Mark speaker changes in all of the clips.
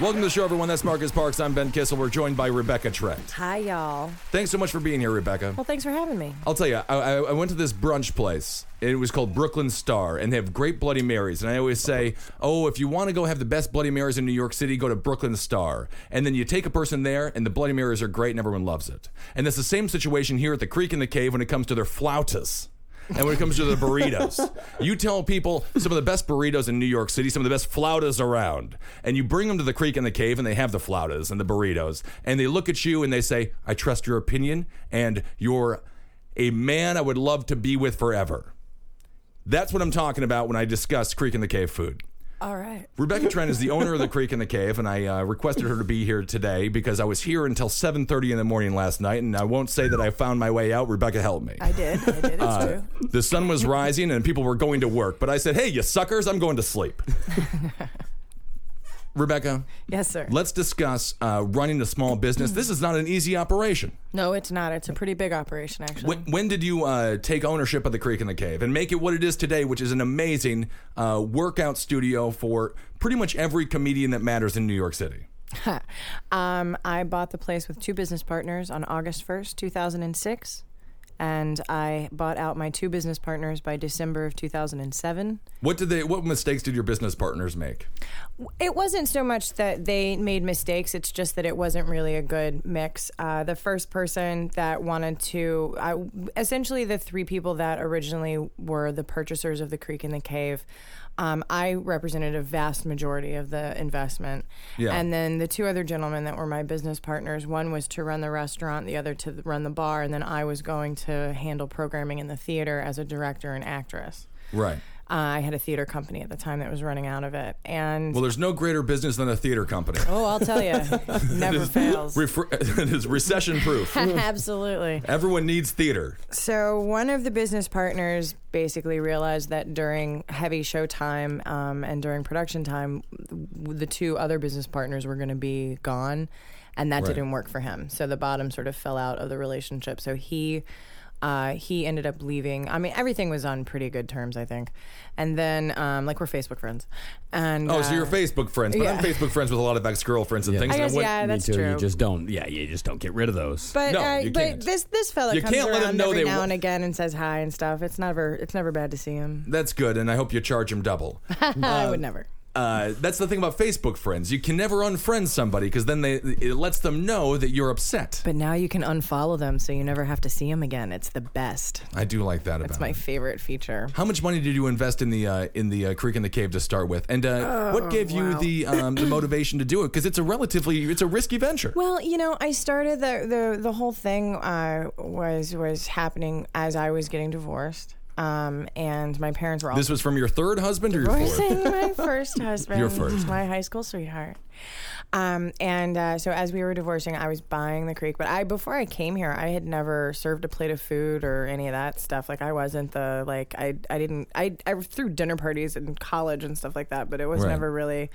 Speaker 1: Welcome to the show, everyone. That's Marcus Parks. I'm Ben Kissel. We're joined by Rebecca Trent.
Speaker 2: Hi, y'all.
Speaker 1: Thanks so much for being here, Rebecca.
Speaker 2: Well, thanks for having me.
Speaker 1: I'll tell you, I, I I went to this brunch place. It was called Brooklyn Star, and they have great Bloody Marys. And I always say, oh, if you want to go have the best Bloody Marys in New York City, go to Brooklyn Star. And then you take a person there, and the Bloody Marys are great, and everyone loves it. And that's the same situation here at the Creek in the Cave when it comes to their flautas. And when it comes to the burritos, you tell people some of the best burritos in New York City, some of the best flautas around, and you bring them to the creek and the cave, and they have the flautas and the burritos, and they look at you and they say, "I trust your opinion, and you're a man I would love to be with forever." That's what I'm talking about when I discuss creek in the cave food.
Speaker 2: All right.
Speaker 1: Rebecca Trent is the owner of the Creek in the Cave, and I uh, requested her to be here today because I was here until 7:30 in the morning last night, and I won't say that I found my way out. Rebecca helped me.
Speaker 2: I did. I did. It's
Speaker 1: Uh,
Speaker 2: true.
Speaker 1: the sun was rising and people were going to work, but I said, "Hey, you suckers, I'm going to sleep." Rebecca,
Speaker 2: Yes, sir.
Speaker 1: let's discuss uh, running a small business. This is not an easy operation.
Speaker 2: no, it's not. It's a pretty big operation, actually.
Speaker 1: When, when did you uh, take ownership of the Creek in the Cave and make it what it is today, which is an amazing uh, workout studio for pretty much every comedian that matters in New York City?
Speaker 2: um, I bought the place with two business partners on August 1st, 2006. And I bought out my two business partners by December of 2007.
Speaker 1: What did they? What mistakes did your business partners make?
Speaker 2: It wasn't so much that they made mistakes, it's just that it wasn't really a good mix. Uh, the first person that wanted to, I, essentially, the three people that originally were the purchasers of the Creek in the Cave, um, I represented a vast majority of the investment.
Speaker 1: Yeah.
Speaker 2: And then the two other gentlemen that were my business partners, one was to run the restaurant, the other to th- run the bar, and then I was going to handle programming in the theater as a director and actress.
Speaker 1: Right.
Speaker 2: Uh, I had a theater company at the time that was running out of it, and
Speaker 1: Well, there's no greater business than a theater company.
Speaker 2: Oh, I'll tell you, never fails.
Speaker 1: Refer- it is recession proof.
Speaker 2: Absolutely.
Speaker 1: Everyone needs theater.
Speaker 2: So one of the business partners basically realized that during heavy show time um, and during production time, w- the two other business partners were going to be gone, and that
Speaker 1: Right.
Speaker 2: didn't work for him. So the bottom sort of fell out of the relationship. So he. Uh, he ended up leaving. I mean, everything was on pretty good terms, I think. And then, um, like, we're Facebook friends. And
Speaker 1: Oh, so
Speaker 2: uh,
Speaker 1: you're Facebook friends, but I'm
Speaker 2: yeah.
Speaker 1: Facebook friends with a lot of ex girlfriends and things.
Speaker 2: I
Speaker 1: and
Speaker 2: guess,
Speaker 1: what-
Speaker 2: yeah, Oh, that's
Speaker 3: too.
Speaker 2: true.
Speaker 3: You just don't. Yeah, you just don't get rid of those.
Speaker 2: But
Speaker 1: No,
Speaker 2: uh,
Speaker 1: you
Speaker 2: but
Speaker 1: can't.
Speaker 2: this this fella
Speaker 1: You
Speaker 2: comes
Speaker 1: can't let 'em
Speaker 2: around
Speaker 1: know
Speaker 2: every
Speaker 1: they
Speaker 2: now
Speaker 1: wa-
Speaker 2: and again and says hi and stuff. It's never it's never bad to see him.
Speaker 1: That's good, and I hope you charge them double.
Speaker 2: I would never.
Speaker 1: Uh, that's the thing about Facebook friends. You can never unfriend somebody because then they it lets them know that you're upset.
Speaker 2: But now you can unfollow them, so you never have to see him again. It's the best.
Speaker 1: I do like that about
Speaker 2: It's my
Speaker 1: it.
Speaker 2: favorite feature.
Speaker 1: How much money did you invest in the uh, in the uh, creek in the cave to start with, and uh, what gave
Speaker 2: Oh,
Speaker 1: you the um, the motivation to do it? Because it's a relatively it's a risky venture.
Speaker 2: Well, you know, I started the the, the whole thing uh, was was happening as I was getting divorced, um, and my parents were all
Speaker 1: this was from your third husband or your fourth?
Speaker 2: divorcing my first husband.
Speaker 1: Your first.
Speaker 2: My high school sweetheart. Um, and uh, so as we were divorcing, I was buying the creek. But I before I came here, I had never served a plate of food or any of that stuff. Like I wasn't the like I I didn't I I threw dinner parties in college and stuff like that, but it was
Speaker 1: Right.
Speaker 2: never really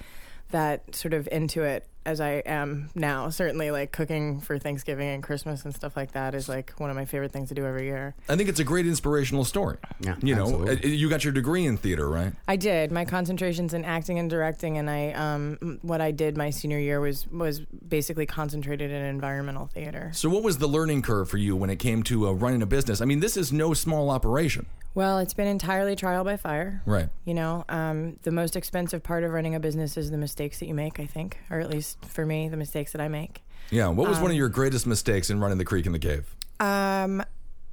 Speaker 2: that sort of into it. as I am now. Certainly, like cooking for Thanksgiving and Christmas and stuff like that is like one of my favorite things to do every year.
Speaker 1: I think it's a great inspirational story.
Speaker 3: Yeah,
Speaker 1: you know,
Speaker 3: absolutely.
Speaker 1: uh, you got your degree in theater, right?
Speaker 2: I did. My concentrations in acting and directing, and I um, m- what I did my senior year was was basically concentrated in environmental theater.
Speaker 1: So, what was the learning curve for you when it came to uh, running a business? I mean, this is no small operation,
Speaker 2: Well, it's been entirely trial by fire.
Speaker 1: right?
Speaker 2: You know, um, the most expensive part of running a business is the mistakes that you make. I think, or at least for me, the mistakes that I make.
Speaker 1: Yeah. What was one of your greatest mistakes in running the creek in the cave?
Speaker 2: Um,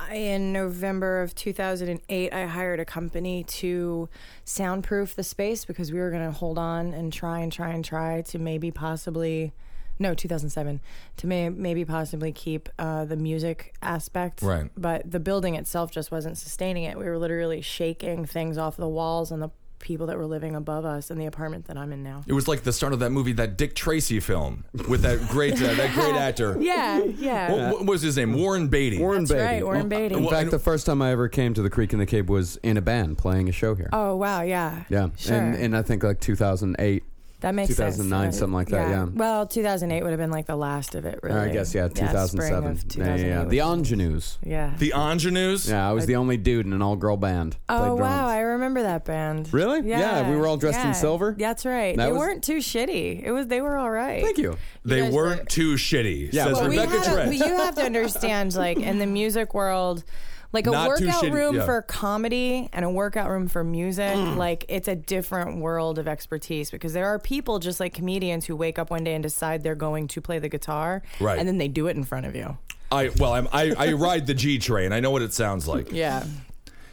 Speaker 2: I, in November of 2008, I hired a company to soundproof the space because we were going to hold on and try and try and try to maybe possibly, no, 2007, to may, maybe possibly keep uh, the music aspect.
Speaker 1: Right.
Speaker 2: But the building itself just wasn't sustaining it. We were literally shaking things off the walls and the people that were living above us in the apartment that I'm in now.
Speaker 1: It was like the start of that movie, that Dick Tracy film with that great, uh, that great actor.
Speaker 2: Yeah, yeah.
Speaker 1: What, what was his name? Warren Beatty.
Speaker 4: Warren
Speaker 2: That's
Speaker 4: Beatty.
Speaker 2: right, Warren Beatty.
Speaker 4: In
Speaker 2: Well,
Speaker 4: fact, the first time I ever came to the Creek in the Cave was in a band playing a show here.
Speaker 2: Oh, wow, yeah.
Speaker 4: yeah,
Speaker 2: sure.
Speaker 4: and and I think like 2008.
Speaker 2: That makes sense.
Speaker 4: 2009,
Speaker 2: Uh,
Speaker 4: something like that, yeah.
Speaker 2: Well, 2008 would have been like the last of it, really.
Speaker 4: I guess yeah,
Speaker 2: spring
Speaker 4: 2007.
Speaker 2: of
Speaker 4: yeah, yeah, yeah.
Speaker 2: 2008
Speaker 4: The
Speaker 2: was-
Speaker 4: Ingenues.
Speaker 2: Yeah.
Speaker 1: the Ingenues.
Speaker 4: Yeah, I was the only dude in an all-girl band. Played
Speaker 2: oh
Speaker 4: drums.
Speaker 2: wow, I remember that band.
Speaker 4: Really? Yeah, we were all dressed in
Speaker 2: yeah.
Speaker 4: silver.
Speaker 2: That's right.
Speaker 4: That
Speaker 2: they
Speaker 4: was-
Speaker 2: weren't too shitty. It was they were all right.
Speaker 4: Thank you.
Speaker 1: They
Speaker 2: guys
Speaker 1: weren't
Speaker 2: were-
Speaker 1: too shitty,
Speaker 4: Yeah,
Speaker 1: says
Speaker 4: well,
Speaker 2: But we
Speaker 1: Rebecca
Speaker 2: had a,
Speaker 1: Trent.
Speaker 2: we- you have to understand, like in the music world, like a
Speaker 1: Not too
Speaker 2: workout
Speaker 1: shitty,
Speaker 2: room
Speaker 1: yeah. Mm.
Speaker 2: for comedy and a workout room for music, like it's a different world of expertise because there are people just like comedians who wake up one day and decide they're going to play the guitar,
Speaker 1: Right.
Speaker 2: And then they do it in front of you.
Speaker 1: I well, I'm, I I ride the G train. I know what it sounds like.
Speaker 2: Yeah.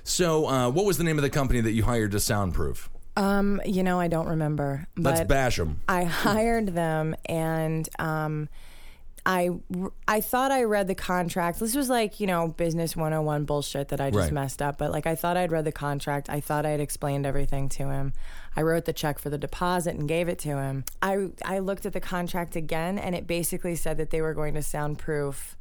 Speaker 1: So, uh, what was the name of the company that you hired to soundproof?
Speaker 2: Um, you know, I don't remember.
Speaker 1: Let's
Speaker 2: but
Speaker 1: bash them.
Speaker 2: I hired them and um I, I thought I read the contract. This was like, you know, business 101 bullshit that I just
Speaker 1: Right.
Speaker 2: messed up. But like, I thought I'd read the contract. I thought I'd explained everything to him. I wrote the check for the deposit and gave it to him. I, I looked at the contract again and it basically said that they were going to soundproof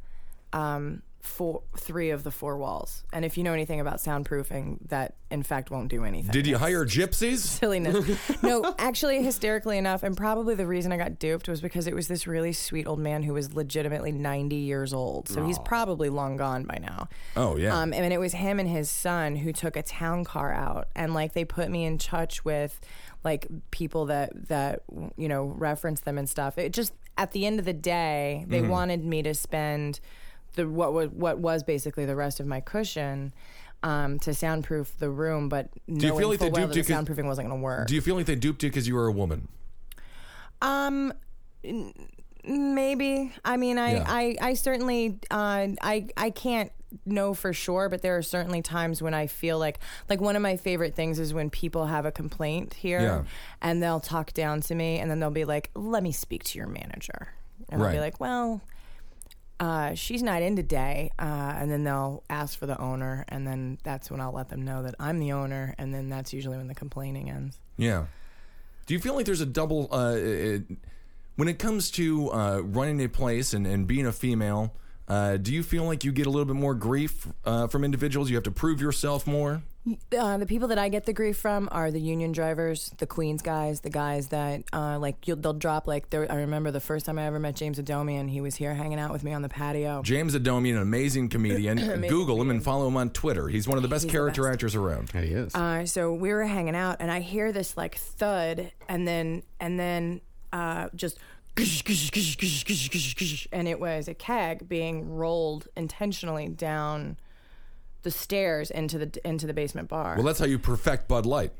Speaker 2: um, four, three of the four walls. And if you know anything about soundproofing, that in fact won't do anything
Speaker 1: Did you hire gypsies?
Speaker 2: silliness. no, actually, hysterically enough, and probably the reason I got duped was because it was this really sweet old man who was legitimately 90 years old. So he's probably long gone by now.
Speaker 1: Oh, yeah.
Speaker 2: Um, and it was him and his son who took a town car out, and like they put me in touch with like people that that you know reference them and stuff. It just at the end of the day,
Speaker 1: Mm-hmm.
Speaker 2: they wanted me to spend the what was what was basically the rest of my cushion. Um, to soundproof the room, but
Speaker 1: you
Speaker 2: knowing
Speaker 1: feel like
Speaker 2: full
Speaker 1: they
Speaker 2: well
Speaker 1: duped
Speaker 2: that
Speaker 1: you 'cause-
Speaker 2: soundproofing wasn't going to work.
Speaker 1: Do you feel like they duped you because you were a woman?
Speaker 2: Um, n- maybe. I mean, I,
Speaker 1: Yeah.
Speaker 2: I, I certainly, uh, I, I can't know for sure, but there are certainly times when I feel like, like one of my favorite things is when people have a complaint here
Speaker 1: Yeah.
Speaker 2: and they'll talk down to me and then they'll be like, let me speak to your manager. And I'll be
Speaker 1: Right.
Speaker 2: like, well, uh, she's not in today. Uh, and then they'll ask for the owner. And then that's when I'll let them know that I'm the owner. And then that's usually when the complaining ends.
Speaker 1: Yeah. Do you feel like there's a double uh, it, when it comes to uh, running a place and, and being a female? Uh, do you feel like you get a little bit more grief uh, from individuals? You have to prove yourself more.
Speaker 2: uh, the people that I get the grief from are the union drivers, the Queens guys, the guys that uh, like you'll, they'll drop like. There, I remember the first time I ever met James Adomian, he was here hanging out with me on the patio.
Speaker 1: James Adomian, an amazing comedian. Google him and follow him on Twitter. He's one of the best
Speaker 2: He's the
Speaker 1: character
Speaker 2: best.
Speaker 1: actors around.
Speaker 4: There he is.
Speaker 2: Uh, so we were hanging out, and I hear this like thud, and then and then uh, just. And it was a keg being rolled intentionally down the stairs into the into the basement bar.
Speaker 1: Well, that's how you perfect Bud Light.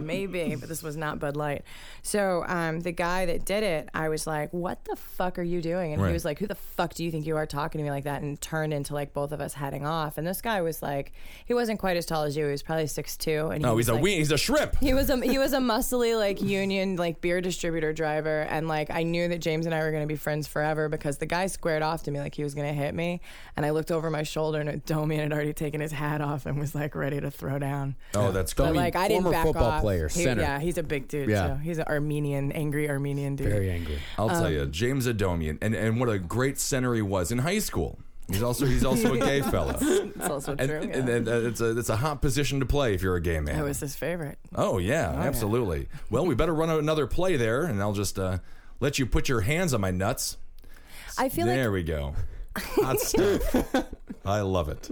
Speaker 2: maybe, but this was not Bud Light. So um, the guy that did it, I was like, "What the fuck are you doing?" And
Speaker 1: Right.
Speaker 2: he was like, "Who the fuck do you think you are talking to me like that?" And turned into like both of us heading off. And this guy was like, he wasn't quite as tall as you. He was probably six two. And he
Speaker 1: No,
Speaker 2: was
Speaker 1: Oh, he's a
Speaker 2: like,
Speaker 1: we- he's a shrimp.
Speaker 2: He was a he was a muscly like union like beer distributor driver and like I knew that James and I were gonna be friends forever because the guy squared off to me like he was gonna hit me and I looked over my shoulder and Domian had already taken his hat off and was like ready to throw down.
Speaker 1: Oh, that's
Speaker 2: But
Speaker 1: great.
Speaker 2: like I didn't
Speaker 4: former
Speaker 2: back
Speaker 4: football
Speaker 2: off.
Speaker 4: player,
Speaker 2: He-
Speaker 4: center.
Speaker 2: Yeah, he's a big dude.
Speaker 4: Yeah.
Speaker 2: Yeah, he's an Armenian, angry Armenian dude.
Speaker 4: Very angry.
Speaker 1: I'll
Speaker 2: um,
Speaker 1: tell you, James Adomian, and, and what a great center he was in high school. He's also he's also a gay fellow.
Speaker 2: It's also
Speaker 1: And,
Speaker 2: true.
Speaker 1: and, and, uh, it's a it's a hot position to play if you're a gay
Speaker 2: Oh,
Speaker 1: man.
Speaker 2: it was his favorite.
Speaker 1: oh yeah, absolutely. Well, we better run another play there, and I'll just uh, let you put your hands on my nuts.
Speaker 2: I feel
Speaker 1: there
Speaker 2: like
Speaker 1: we go. Hot stuff. I love it.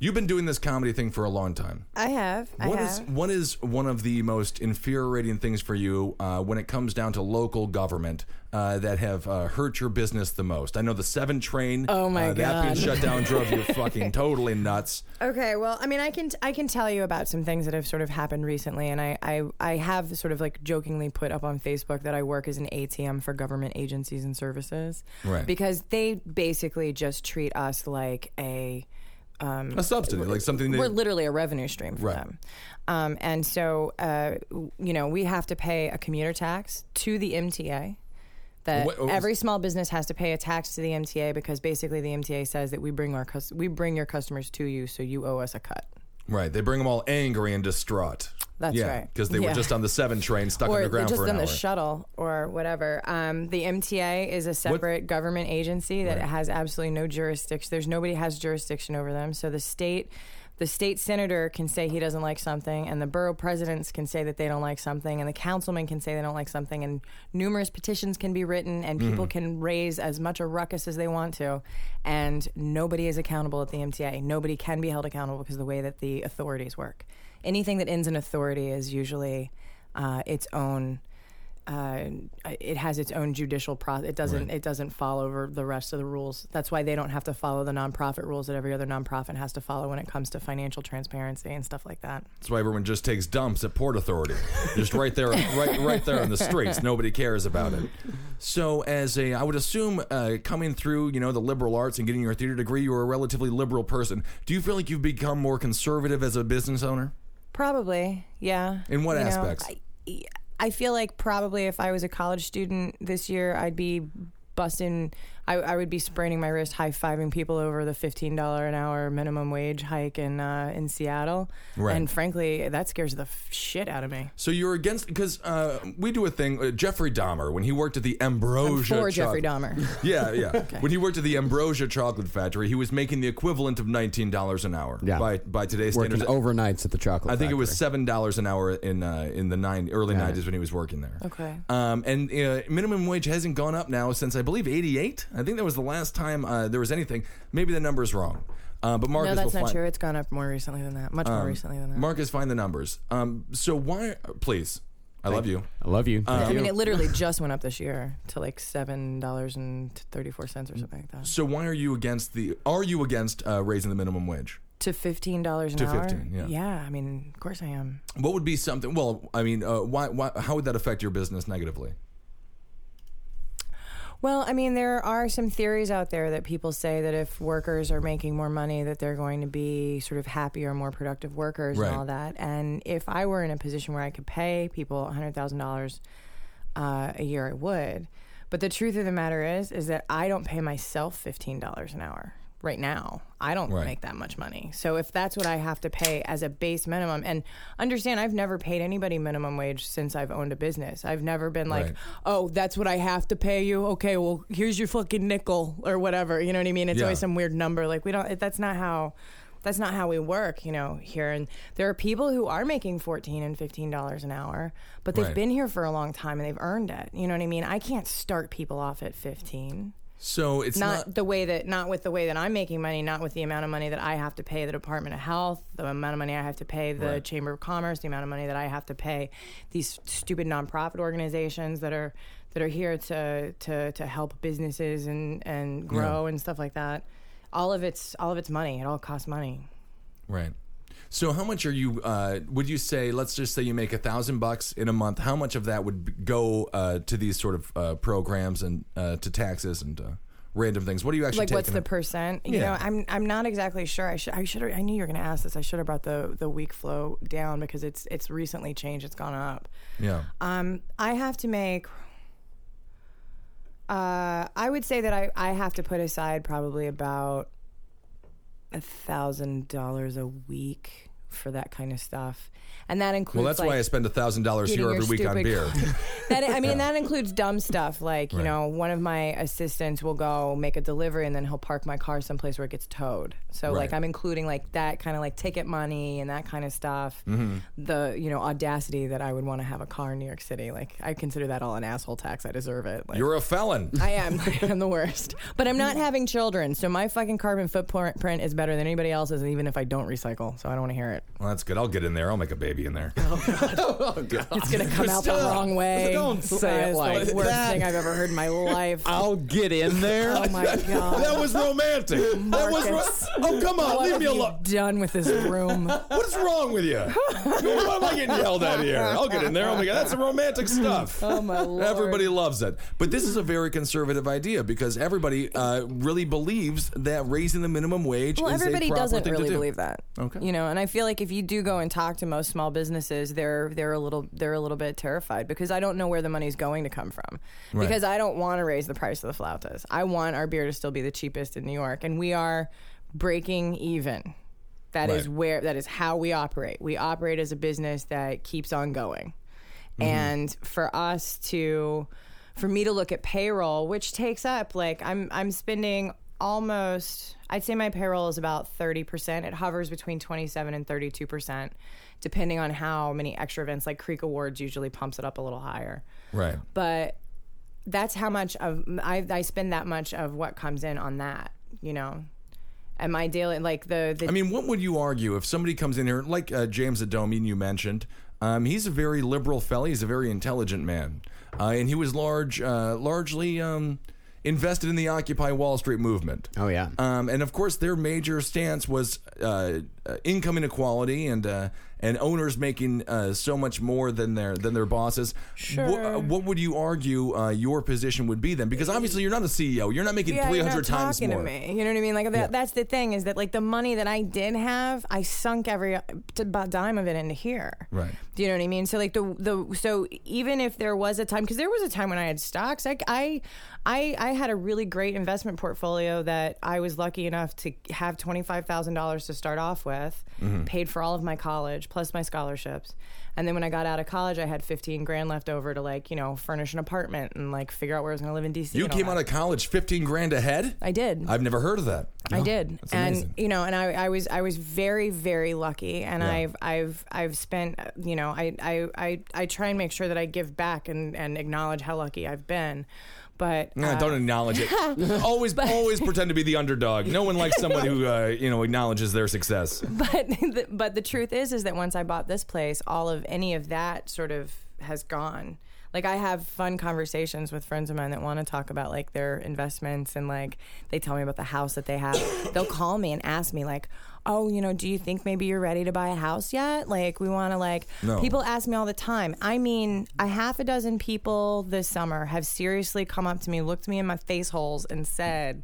Speaker 1: You've been doing this comedy thing for a long time.
Speaker 2: I have. I
Speaker 1: What
Speaker 2: have.
Speaker 1: is what is one of the most infuriating things for you uh, when it comes down to local government uh, that have uh, hurt your business the most? I know the seven train.
Speaker 2: Oh my
Speaker 1: uh, That being
Speaker 2: God.
Speaker 1: shut down drove you fucking totally nuts.
Speaker 2: Okay, well, I mean, I can I can tell you about some things that have sort of happened recently, and I, I I have sort of like jokingly put up on Facebook that I work as an ATM for government agencies and services,
Speaker 1: Right.
Speaker 2: Because they basically just treat us like a
Speaker 1: A subsidy, like something that
Speaker 2: we're literally a revenue stream for
Speaker 1: Right.
Speaker 2: them. Um, and so, uh, w- you know, we have to pay a commuter tax to the MTA. That
Speaker 1: What- oh, what was-
Speaker 2: every small business has to pay a tax to the MTA because basically the MTA says that we bring our cus- we bring your customers to you, so you owe us a cut.
Speaker 1: right. They bring them all angry and distraught.
Speaker 2: That's
Speaker 1: yeah,
Speaker 2: right.
Speaker 1: Because they were
Speaker 2: Yeah.
Speaker 1: just on the seven train, stuck
Speaker 2: Or
Speaker 1: underground
Speaker 2: just
Speaker 1: for an
Speaker 2: on
Speaker 1: hour.
Speaker 2: the shuttle or whatever. Um, the MTA is a separate government agency that has absolutely no jurisdiction. There's nobody has jurisdiction over them. So the state, the state senator can say he doesn't like something, and the borough presidents can say that they don't like something, and the councilmen can say they don't like something, and numerous petitions can be written, and people can raise as much a ruckus as they want to, and nobody is accountable at the MTA. Nobody can be held accountable because of the way that the authorities work. Anything that ends in authority is usually uh, its own. Uh, it has its own judicial process. It doesn't. It doesn't follow over the rest of the rules. That's why they don't have to follow the nonprofit rules that every other nonprofit has to follow when it comes to financial transparency and stuff like that.
Speaker 1: That's why everyone just takes dumps at Port Authority, just right there, right, right there on the streets. Nobody cares about it. So, as a, I would assume, uh, coming through, you know, the liberal arts and getting your theater degree, you were a relatively liberal person. Do you feel like you've become more conservative as a business owner?
Speaker 2: Probably, yeah.
Speaker 1: In what
Speaker 2: You know,
Speaker 1: aspects?
Speaker 2: I, I feel like probably if I was a college student this year, I'd be busting. I, I would be spraining my wrist, high fiving people over the fifteen dollar an hour minimum wage hike in uh, in Seattle.
Speaker 1: Right.
Speaker 2: And frankly, that scares the f- shit out of me.
Speaker 1: So you're against because uh, we do a thing. Uh, Jeffrey Dahmer, when he worked at the Ambrosia,
Speaker 2: For
Speaker 1: Choc-
Speaker 2: Jeffrey Dahmer.
Speaker 1: Yeah, yeah. When he worked at the Ambrosia Chocolate Factory, he was making the equivalent of nineteen dollars an hour.
Speaker 4: Yeah.
Speaker 1: By by today's
Speaker 4: Working
Speaker 1: standards,
Speaker 4: overnights at the chocolate.
Speaker 1: I think it was
Speaker 4: Factory.
Speaker 1: seven dollars an hour in uh, in the nine early nineties when he was working there.
Speaker 2: Okay.
Speaker 1: Um, and uh, minimum wage hasn't gone up now since I believe eighty eight. I think that was the last time uh, there was anything. Maybe the number's wrong. Uh, but Marcus
Speaker 2: no, that's
Speaker 1: will find,
Speaker 2: not
Speaker 1: Um,
Speaker 2: true. It's gone up more recently than that. Much more recently than that.
Speaker 1: Marcus, find the numbers. Um, so why, please, I love you.
Speaker 4: I love you.
Speaker 3: uh,
Speaker 4: Thank
Speaker 2: I mean,
Speaker 4: you.
Speaker 2: it literally just went up this year to like seven dollars and thirty-four cents or something like that.
Speaker 1: So why are you against the? Are you against uh, raising the minimum wage?
Speaker 2: To fifteen dollars an
Speaker 1: To
Speaker 2: hour.
Speaker 1: 15, yeah.
Speaker 2: I mean, of course I am.
Speaker 1: What would be something? Well, I mean, uh, why, why? How would that affect your business negatively?
Speaker 2: Well, I mean, there are some theories out there that people say that if workers are making more money, that they're going to be sort of happier, more productive workers,
Speaker 1: Right.
Speaker 2: and all that. And if I were in a position where I could pay people hundred thousand dollars uh, a year, I would. But the truth of the matter is, is that I don't pay myself fifteen dollars an hour right now. I don't
Speaker 1: Right.
Speaker 2: make that much money. So if that's what I have to pay as a base minimum, and understand, I've never paid anybody minimum wage since I've owned a business. I've never been like,
Speaker 1: Right.
Speaker 2: oh, that's what I have to pay you. Okay, well, here's your fucking nickel or whatever. You know what I mean? It's
Speaker 1: Yeah.
Speaker 2: always some weird number. Like we don't. That's not how. That's not how we work, you know, here. And there are people who are making fourteen and fifteen dollars an hour, but they've
Speaker 1: Right.
Speaker 2: been here for a long time and they've earned it. You know what I mean? I can't start people off at fifteen.
Speaker 1: So it's
Speaker 2: Not, the way that, not with the way that I'm making money, not with the amount of money that I have to pay the Department of Health, the amount of money I have to pay the
Speaker 1: Right.
Speaker 2: Chamber of Commerce, the amount of money that I have to pay these stupid nonprofit organizations that are that are here to to, to help businesses and and grow and stuff like that. All of it's all of it's money. It all costs money.
Speaker 1: Right. So how much are you? Uh, would you say? Let's just say you make a thousand bucks in a month. How much of that would b- go uh, to these sort of uh, programs and uh, to taxes and uh, random things? What do you actually
Speaker 2: like what's
Speaker 1: taking
Speaker 2: the
Speaker 1: in-
Speaker 2: percent? You
Speaker 1: Yeah.
Speaker 2: know, I'm I'm not exactly sure. I should I should I knew you were going to ask this. I should have brought the the week flow down because it's it's recently changed. It's gone up.
Speaker 1: yeah.
Speaker 2: Um, I have to make. Uh, I would say that I, I have to put aside probably about a thousand dollars a week for that kind of stuff, and that includes.
Speaker 1: Well, that's
Speaker 2: like,
Speaker 1: why I spend a thousand dollars
Speaker 2: getting
Speaker 1: here
Speaker 2: your
Speaker 1: every week on
Speaker 2: stupid
Speaker 1: beer.
Speaker 2: that I mean, that includes dumb stuff like you
Speaker 1: Right.
Speaker 2: know, one of my assistants will go make a delivery and then he'll park my car someplace where it gets towed. So like
Speaker 1: Right.
Speaker 2: I'm including like that kind of like ticket money and that kind of stuff.
Speaker 1: Mhm.
Speaker 2: The you know audacity that I would want to have a car in New York City. Like I consider that all an asshole tax. I deserve it. Like,
Speaker 1: You're a felon.
Speaker 2: I am. I'm the worst. But I'm not having children, so my fucking carbon footprint print is better than anybody else's, and even if I don't recycle. So I don't want to hear it.
Speaker 1: Well, that's good. I'll get in there. I'll make a baby in there.
Speaker 2: It's gonna come out the
Speaker 1: Stop.
Speaker 2: wrong way.
Speaker 1: Don't
Speaker 3: say
Speaker 2: Uh,
Speaker 3: it
Speaker 2: it's
Speaker 3: like
Speaker 2: the worst
Speaker 3: that.
Speaker 2: thing I've ever heard in my life.
Speaker 3: I'll get in there.
Speaker 2: Oh my god.
Speaker 1: that was romantic. That was.
Speaker 2: Marcus.
Speaker 1: Ro- oh come on,
Speaker 2: What
Speaker 1: leave
Speaker 2: have
Speaker 1: me
Speaker 2: you
Speaker 1: alone.
Speaker 2: Done with this room.
Speaker 1: What is wrong with you? Why am I getting yelled at here? I'll get in there. Oh my god, that's some romantic stuff.
Speaker 2: Oh my lord.
Speaker 1: Everybody loves it. But this is a very conservative idea because everybody uh, really believes that raising the minimum wage
Speaker 2: Well,
Speaker 1: is a
Speaker 2: everybody
Speaker 1: proper
Speaker 2: doesn't
Speaker 1: thing to
Speaker 2: really
Speaker 1: do.
Speaker 2: believe that.
Speaker 1: Okay.
Speaker 2: You know, and I feel like if you do go and talk to most small businesses, they're they're a little they're a little bit terrified because I don't know where the money's going to come from.
Speaker 1: Right.
Speaker 2: Because I don't want to raise the price of the flautas. I want our beer to still be the cheapest in New York, and we are breaking even. That is
Speaker 1: Right.
Speaker 2: where that is how we operate. We operate as a business that keeps on going. And for us to for me to look at payroll, which takes up like I'm I'm spending almost I'd say my payroll is about 30%. It hovers between 27 and 32% depending on how many extra events like Creek Awards usually pumps it up a little higher.
Speaker 1: Right.
Speaker 2: But that's how much of I, I spend that much of what comes in on that, you know. And my daily like the the
Speaker 1: I mean, what would you argue if somebody comes in here, like uh, James Adomian you mentioned? Um, he's a very liberal fella. He's a very intelligent man, uh, and he was large, uh, largely um, invested in the Occupy Wall Street movement.
Speaker 3: Oh, yeah.
Speaker 1: um, and of course their major stance was uh, uh, income inequality and uh, and owners making uh, so much more than their than their bosses. Sure. What, uh, what would you argue uh, your position would be then? Because obviously you're not a CEO. You're not making
Speaker 2: yeah,
Speaker 1: three
Speaker 2: you're not
Speaker 1: hundred times
Speaker 2: talking
Speaker 1: more.
Speaker 2: To me. You know what I mean? Like that, that's the thing is that like the money that I did have, I sunk every t- about dime of it into here.
Speaker 1: Right.
Speaker 2: Do you know what I mean? So like the the so even if there was a time because there was a time when I had stocks, like I I I had a really great investment portfolio that I was lucky enough to have twenty five thousand dollars to start off with,
Speaker 1: Mm-hmm.
Speaker 2: paid for all of my college plus my scholarships, and then when I got out of college, I had fifteen grand left over to like you know furnish an apartment and like figure out where I was going to live in DC.
Speaker 1: You
Speaker 2: and all
Speaker 1: came
Speaker 2: that.
Speaker 1: out of college fifteen grand ahead.
Speaker 2: I did.
Speaker 1: I've never heard of that.
Speaker 2: I did,
Speaker 1: That's
Speaker 2: and
Speaker 1: amazing.
Speaker 2: you know, and I, I was I was very very lucky, and
Speaker 1: Yeah.
Speaker 2: I've I've I've spent uh, you know I, I I I try and make sure that I give back and and acknowledge how lucky I've been, but
Speaker 1: Nah,
Speaker 2: uh,
Speaker 1: don't acknowledge it. always, always pretend to be the underdog. No one likes someone who uh, you know acknowledges their success.
Speaker 2: but the, but the truth is is that once I bought this place, all of any of that sort of has gone. Like I have fun conversations with friends of mine that want to talk about like their investments and like they tell me about the house that they have. They'll call me and ask me like, "Oh, you know, do you think maybe you're ready to buy a house yet?" Like we want to like
Speaker 1: No.
Speaker 2: people ask me all the time. I mean, a half a dozen people this summer have seriously come up to me, looked me in my face holes and said,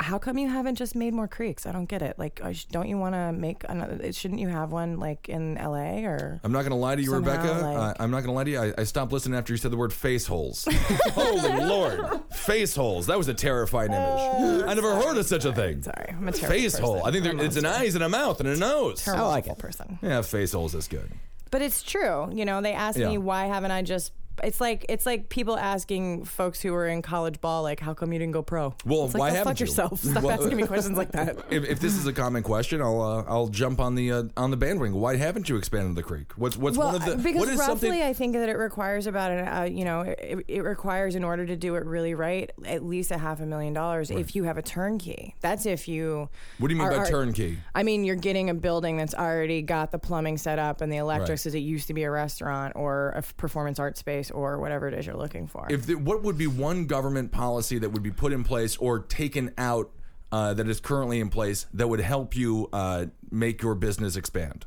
Speaker 2: how come you haven't just made more creeks? I don't get it. Like, I sh- don't you want to make another? Shouldn't you have one like in LA or?
Speaker 1: I'm not going to lie to you,
Speaker 2: Somehow,
Speaker 1: Rebecca.
Speaker 2: like-
Speaker 1: I, I'm not going to lie to you. I, I stopped listening after you said the word face holes. Holy Lord. Face holes. That was a terrifying image. I never heard of such a thing.
Speaker 2: Uh, Sorry, I'm a terrible
Speaker 1: Face
Speaker 2: person.
Speaker 1: hole. I think there, it's an eyes and a mouth and a nose.
Speaker 2: I like it. Person.
Speaker 1: Yeah, face holes is good.
Speaker 2: But it's true. You know, they ask
Speaker 1: Yeah.
Speaker 2: me why haven't I just. It's like it's like people asking folks who are in college ball, like, how come you didn't go pro?
Speaker 1: Well,
Speaker 2: it's like,
Speaker 1: why
Speaker 2: go
Speaker 1: haven't
Speaker 2: fuck
Speaker 1: you?
Speaker 2: yourself? Stop
Speaker 1: Well-
Speaker 2: asking me questions like that.
Speaker 1: If, if this is a common question, I'll uh, I'll jump on the uh, on the bandwagon. Why haven't you expanded the creek? What's what's
Speaker 2: Well,
Speaker 1: one of the
Speaker 2: because
Speaker 1: what is
Speaker 2: roughly,
Speaker 1: something
Speaker 2: I think that it requires about an, uh, you know, it, it requires in order to do it really right, at least a half a million dollars if you have a turnkey. That's if you.
Speaker 1: What do you mean
Speaker 2: are-
Speaker 1: by
Speaker 2: are-
Speaker 1: turnkey?
Speaker 2: I mean you're getting a building that's already got the plumbing set up and the electrics,
Speaker 1: Right.
Speaker 2: as it used to be a restaurant or a f- performance art space or whatever it is you're looking for.
Speaker 1: if the, what would be one government policy that would be put in place or taken out uh, that is currently in place that would help you uh, make your business expand?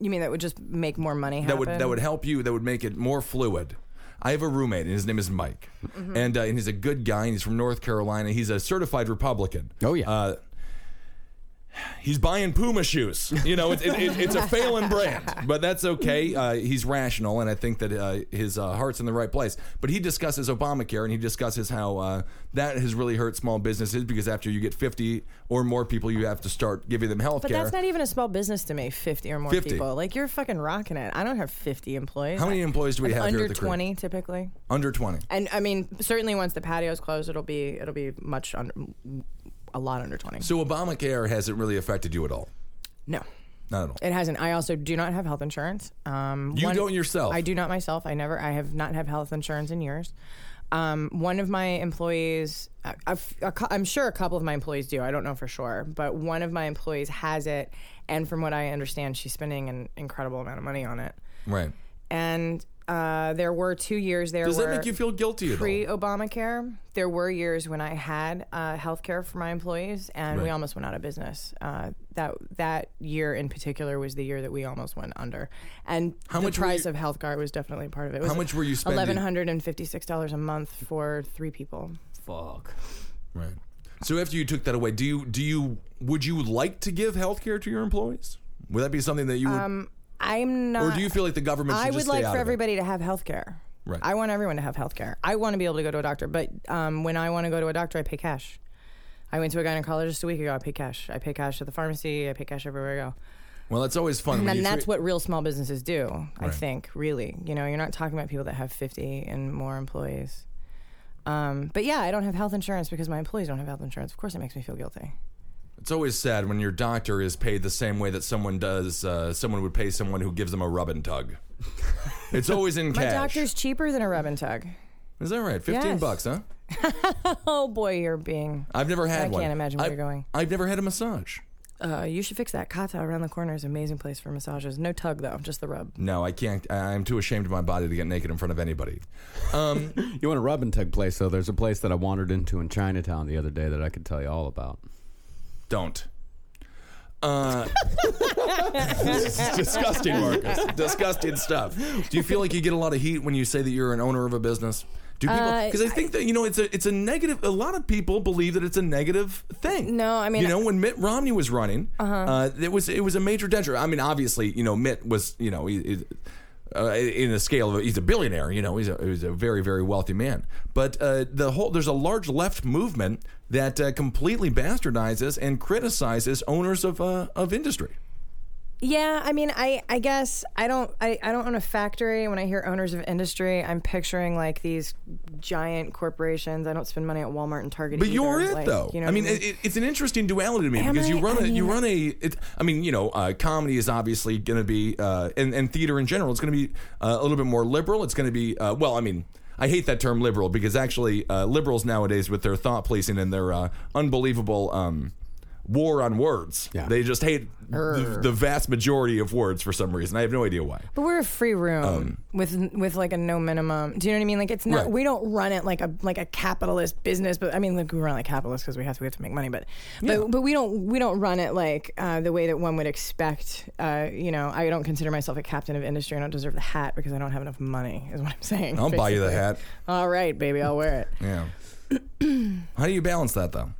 Speaker 2: you mean that would just make more money happen?
Speaker 1: That would that would help you. That would make it more fluid. I have a roommate, and his name is Mike,
Speaker 2: Mm-hmm.
Speaker 1: and uh, and he's a good guy, and he's from North Carolina. He's a certified Republican.
Speaker 3: Oh, yeah.
Speaker 1: Uh, he's buying Puma shoes. You know, it's, it, it, it's a failing brand, but that's okay. Uh, he's rational, and I think that uh, his uh, heart's in the right place. But he discusses Obamacare, and he discusses how uh, that has really hurt small businesses because after you get 50 or more people, you have to start giving them health
Speaker 2: But
Speaker 1: care.
Speaker 2: that's not even a small business to me. Fifty or more
Speaker 1: 50.
Speaker 2: people. Like you're fucking rocking it. I don't have fifty employees.
Speaker 1: How many employees do we
Speaker 2: Like,
Speaker 1: have here
Speaker 2: Under
Speaker 1: at the crib?
Speaker 2: twenty, typically.
Speaker 1: Under 20.
Speaker 2: And I mean, certainly once the patio's closed, it'll be it'll be much under, a lot under twenty.
Speaker 1: So Obamacare hasn't really affected you at all.
Speaker 2: no,
Speaker 1: Not at all.
Speaker 2: it hasn't. I also do not have health insurance. Um,
Speaker 1: You don't yourself.
Speaker 2: I do not myself. I never. I have not had health insurance in years. Um, one of my employees, I, I've- a cou- I'm sure a couple of my employees do. I don't know for sure, but one of my employees has it, and from what I understand, she's spending an incredible amount of money on it.
Speaker 1: Right.
Speaker 2: And uh, there were two years there.
Speaker 1: Does that
Speaker 2: where-
Speaker 1: make you feel guilty at all?
Speaker 2: pre Obamacare, there were years when I had uh, health care for my employees, and we
Speaker 1: Right.
Speaker 2: almost went out of business. Uh, that that year in particular was the year that we almost went under, and
Speaker 1: How
Speaker 2: the
Speaker 1: much were
Speaker 2: price
Speaker 1: you-
Speaker 2: of health care was definitely part of it. it
Speaker 1: How
Speaker 2: was
Speaker 1: much were you spending?
Speaker 2: Eleven hundred and fifty six dollars a month for three people.
Speaker 3: Fuck.
Speaker 1: Right. So after you took that away, do you do you would you like to give health care to your employees? Would that be something that you would,
Speaker 2: I'm not.
Speaker 1: or do you feel like the government? Should
Speaker 2: Um, I
Speaker 1: just
Speaker 2: would
Speaker 1: stay
Speaker 2: like
Speaker 1: out
Speaker 2: for
Speaker 1: of it?
Speaker 2: everybody to have health care.
Speaker 1: Right.
Speaker 2: I want everyone to have health care. I want to be able to go to a doctor, but um, when I want to go to a doctor, I pay cash. I went to a gynecologist a week ago. I pay cash. I pay cash at the pharmacy. I pay cash everywhere I go.
Speaker 1: Well, that's always fun. when
Speaker 2: and
Speaker 1: you
Speaker 2: that's
Speaker 1: treat-
Speaker 2: what real small businesses do, I
Speaker 1: Right.
Speaker 2: think. Really, you know, you're not talking about people that have 50 and more employees. Um, but yeah, I don't have health insurance because my employees don't have health insurance. Of course, it makes me feel guilty.
Speaker 1: It's always sad when your doctor is paid the same way that someone does. Uh, someone would pay someone who gives them a rub and tug. it's always in
Speaker 2: My
Speaker 1: cash.
Speaker 2: doctor's cheaper than a rub and tug.
Speaker 1: is that right? Fifteen
Speaker 2: Yes.
Speaker 1: bucks, huh?
Speaker 2: Oh boy, you're being.
Speaker 1: I've never had
Speaker 2: I
Speaker 1: one.
Speaker 2: can't imagine where
Speaker 1: I-
Speaker 2: you're going.
Speaker 1: I've never had a massage.
Speaker 2: Uh, you should fix that. Kata around the corner is an amazing place for massages. No tug though, just the rub.
Speaker 1: No, I can't. I- I'm too ashamed of my body to get naked in front of anybody. Uh,
Speaker 4: You want a rub and tug place, though? There's a place that I wandered into in Chinatown the other day that I could tell you all about.
Speaker 1: Don't. Uh, this is disgusting, Marcus. disgusting stuff. Do you feel like you get a lot of heat when you say that you're an owner of a business? Do people?
Speaker 2: Uh,
Speaker 1: Because I think that you know it's a it's a negative. A lot of people believe that it's a negative thing.
Speaker 2: No, I mean-
Speaker 1: you know when Mitt Romney was running, uh-huh. it was it was a major danger. I mean, obviously, you know Mitt was you know he. he- uh, in the scale of he's a billionaire, you know, he's a, he's a very very wealthy man. But uh, the whole there's a large left movement that uh, completely bastardizes and criticizes owners of uh, of industry.
Speaker 2: Yeah, I mean, I, I guess I don't I, I don't own a factory. When I hear owners of industry, I'm picturing like these giant corporations. I don't spend money at Walmart and Target.
Speaker 1: But
Speaker 2: either.
Speaker 1: you're it
Speaker 2: like,
Speaker 1: though.
Speaker 2: You know
Speaker 1: I
Speaker 2: what
Speaker 1: mean, It, it's an interesting duality to me because you
Speaker 2: I?
Speaker 1: run a
Speaker 2: I
Speaker 1: you
Speaker 2: mean-
Speaker 1: run a. It, I mean, you know, uh, comedy is obviously going to be uh, and and theater in general. It's going to be uh, a little bit more liberal. It's going to be uh, well. I mean. I hate that term liberal because actually uh, liberals nowadays with their thought policing and their uh, unbelievable um, war on words,
Speaker 4: Yeah.
Speaker 1: they just hate the, the vast majority of words for some reason. I have no idea why.
Speaker 2: But we're a free room with with like a no minimum. Do you know what I mean? Like it's not
Speaker 1: Um, Right.
Speaker 2: we don't run it like a like a capitalist business. But I mean, like we run like capitalist because we have to we have to make money. But but but we don't we don't run it like uh, the way that one would expect. Uh, you know, I don't consider myself a captain of industry. I don't deserve the hat because I don't have enough money. Is what I'm saying.
Speaker 1: I'll buy you the
Speaker 2: basically.
Speaker 1: hat.
Speaker 2: All right, baby, I'll wear it.
Speaker 1: Yeah. How do you balance that though?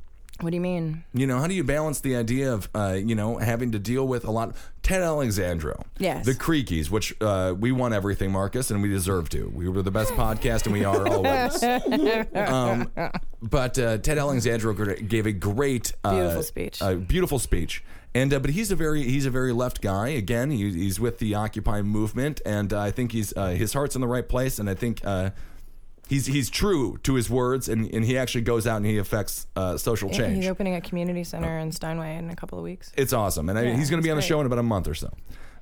Speaker 2: What do you mean?
Speaker 1: You know, how do you balance the idea of, uh, you know, having to deal with a lot? Ted Alexandro.
Speaker 2: Yes.
Speaker 1: The Creakies, which uh, we won everything, Marcus, and we deserve to. We were the best podcast, and we are always. um, but uh, Ted Alexandro gr- gave a great, uh,
Speaker 2: Beautiful speech.
Speaker 1: a beautiful speech. And uh, but he's a very he's a very left guy. Again, he, he's with the Occupy movement, and uh, I think he's uh, his heart's in the right place. And I think uh, he's he's true to his words, and, and he actually goes out and he affects uh, social
Speaker 2: Yeah,
Speaker 1: change
Speaker 2: He's opening a community center in Steinway in a couple of weeks.
Speaker 1: it's awesome. And I,
Speaker 2: Yeah,
Speaker 1: he's going to be
Speaker 2: it's
Speaker 1: on the
Speaker 2: great.
Speaker 1: show in about a month or so.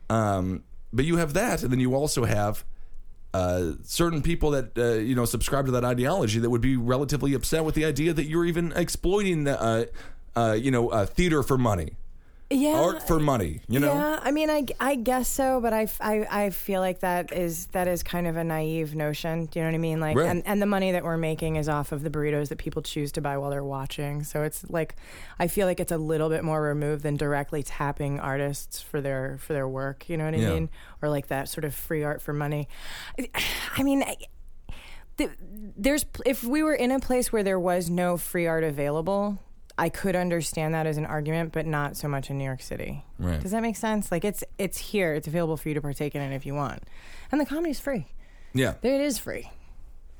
Speaker 1: Um, but you have that, and then you also have uh, certain people that uh, you know subscribe to that ideology that would be relatively upset with the idea that you're even exploiting the uh, uh, you know uh, theater for money,
Speaker 2: Yeah.
Speaker 1: art for money. You know,
Speaker 2: Uh, Yeah, I mean, I, I guess so, but I, f- I- I feel like that is that is kind of a naive notion. Do you know what I mean? Like,
Speaker 1: Right.
Speaker 2: and, and the money that we're making is off of the burritos that people choose to buy while they're watching. So it's like, I feel like it's a little bit more removed than directly tapping artists for their for their work. You know what I
Speaker 1: Yeah.
Speaker 2: mean? Or like that sort of free art for money. I mean. I, th- there's if we were in a place where there was no free art available, I could understand that as an argument, but not so much in New York City.
Speaker 1: Right.
Speaker 2: Does that make sense? Like it's it's here. It's available for you to partake in it if you want, and the comedy's free.
Speaker 1: Yeah.
Speaker 2: There it is free.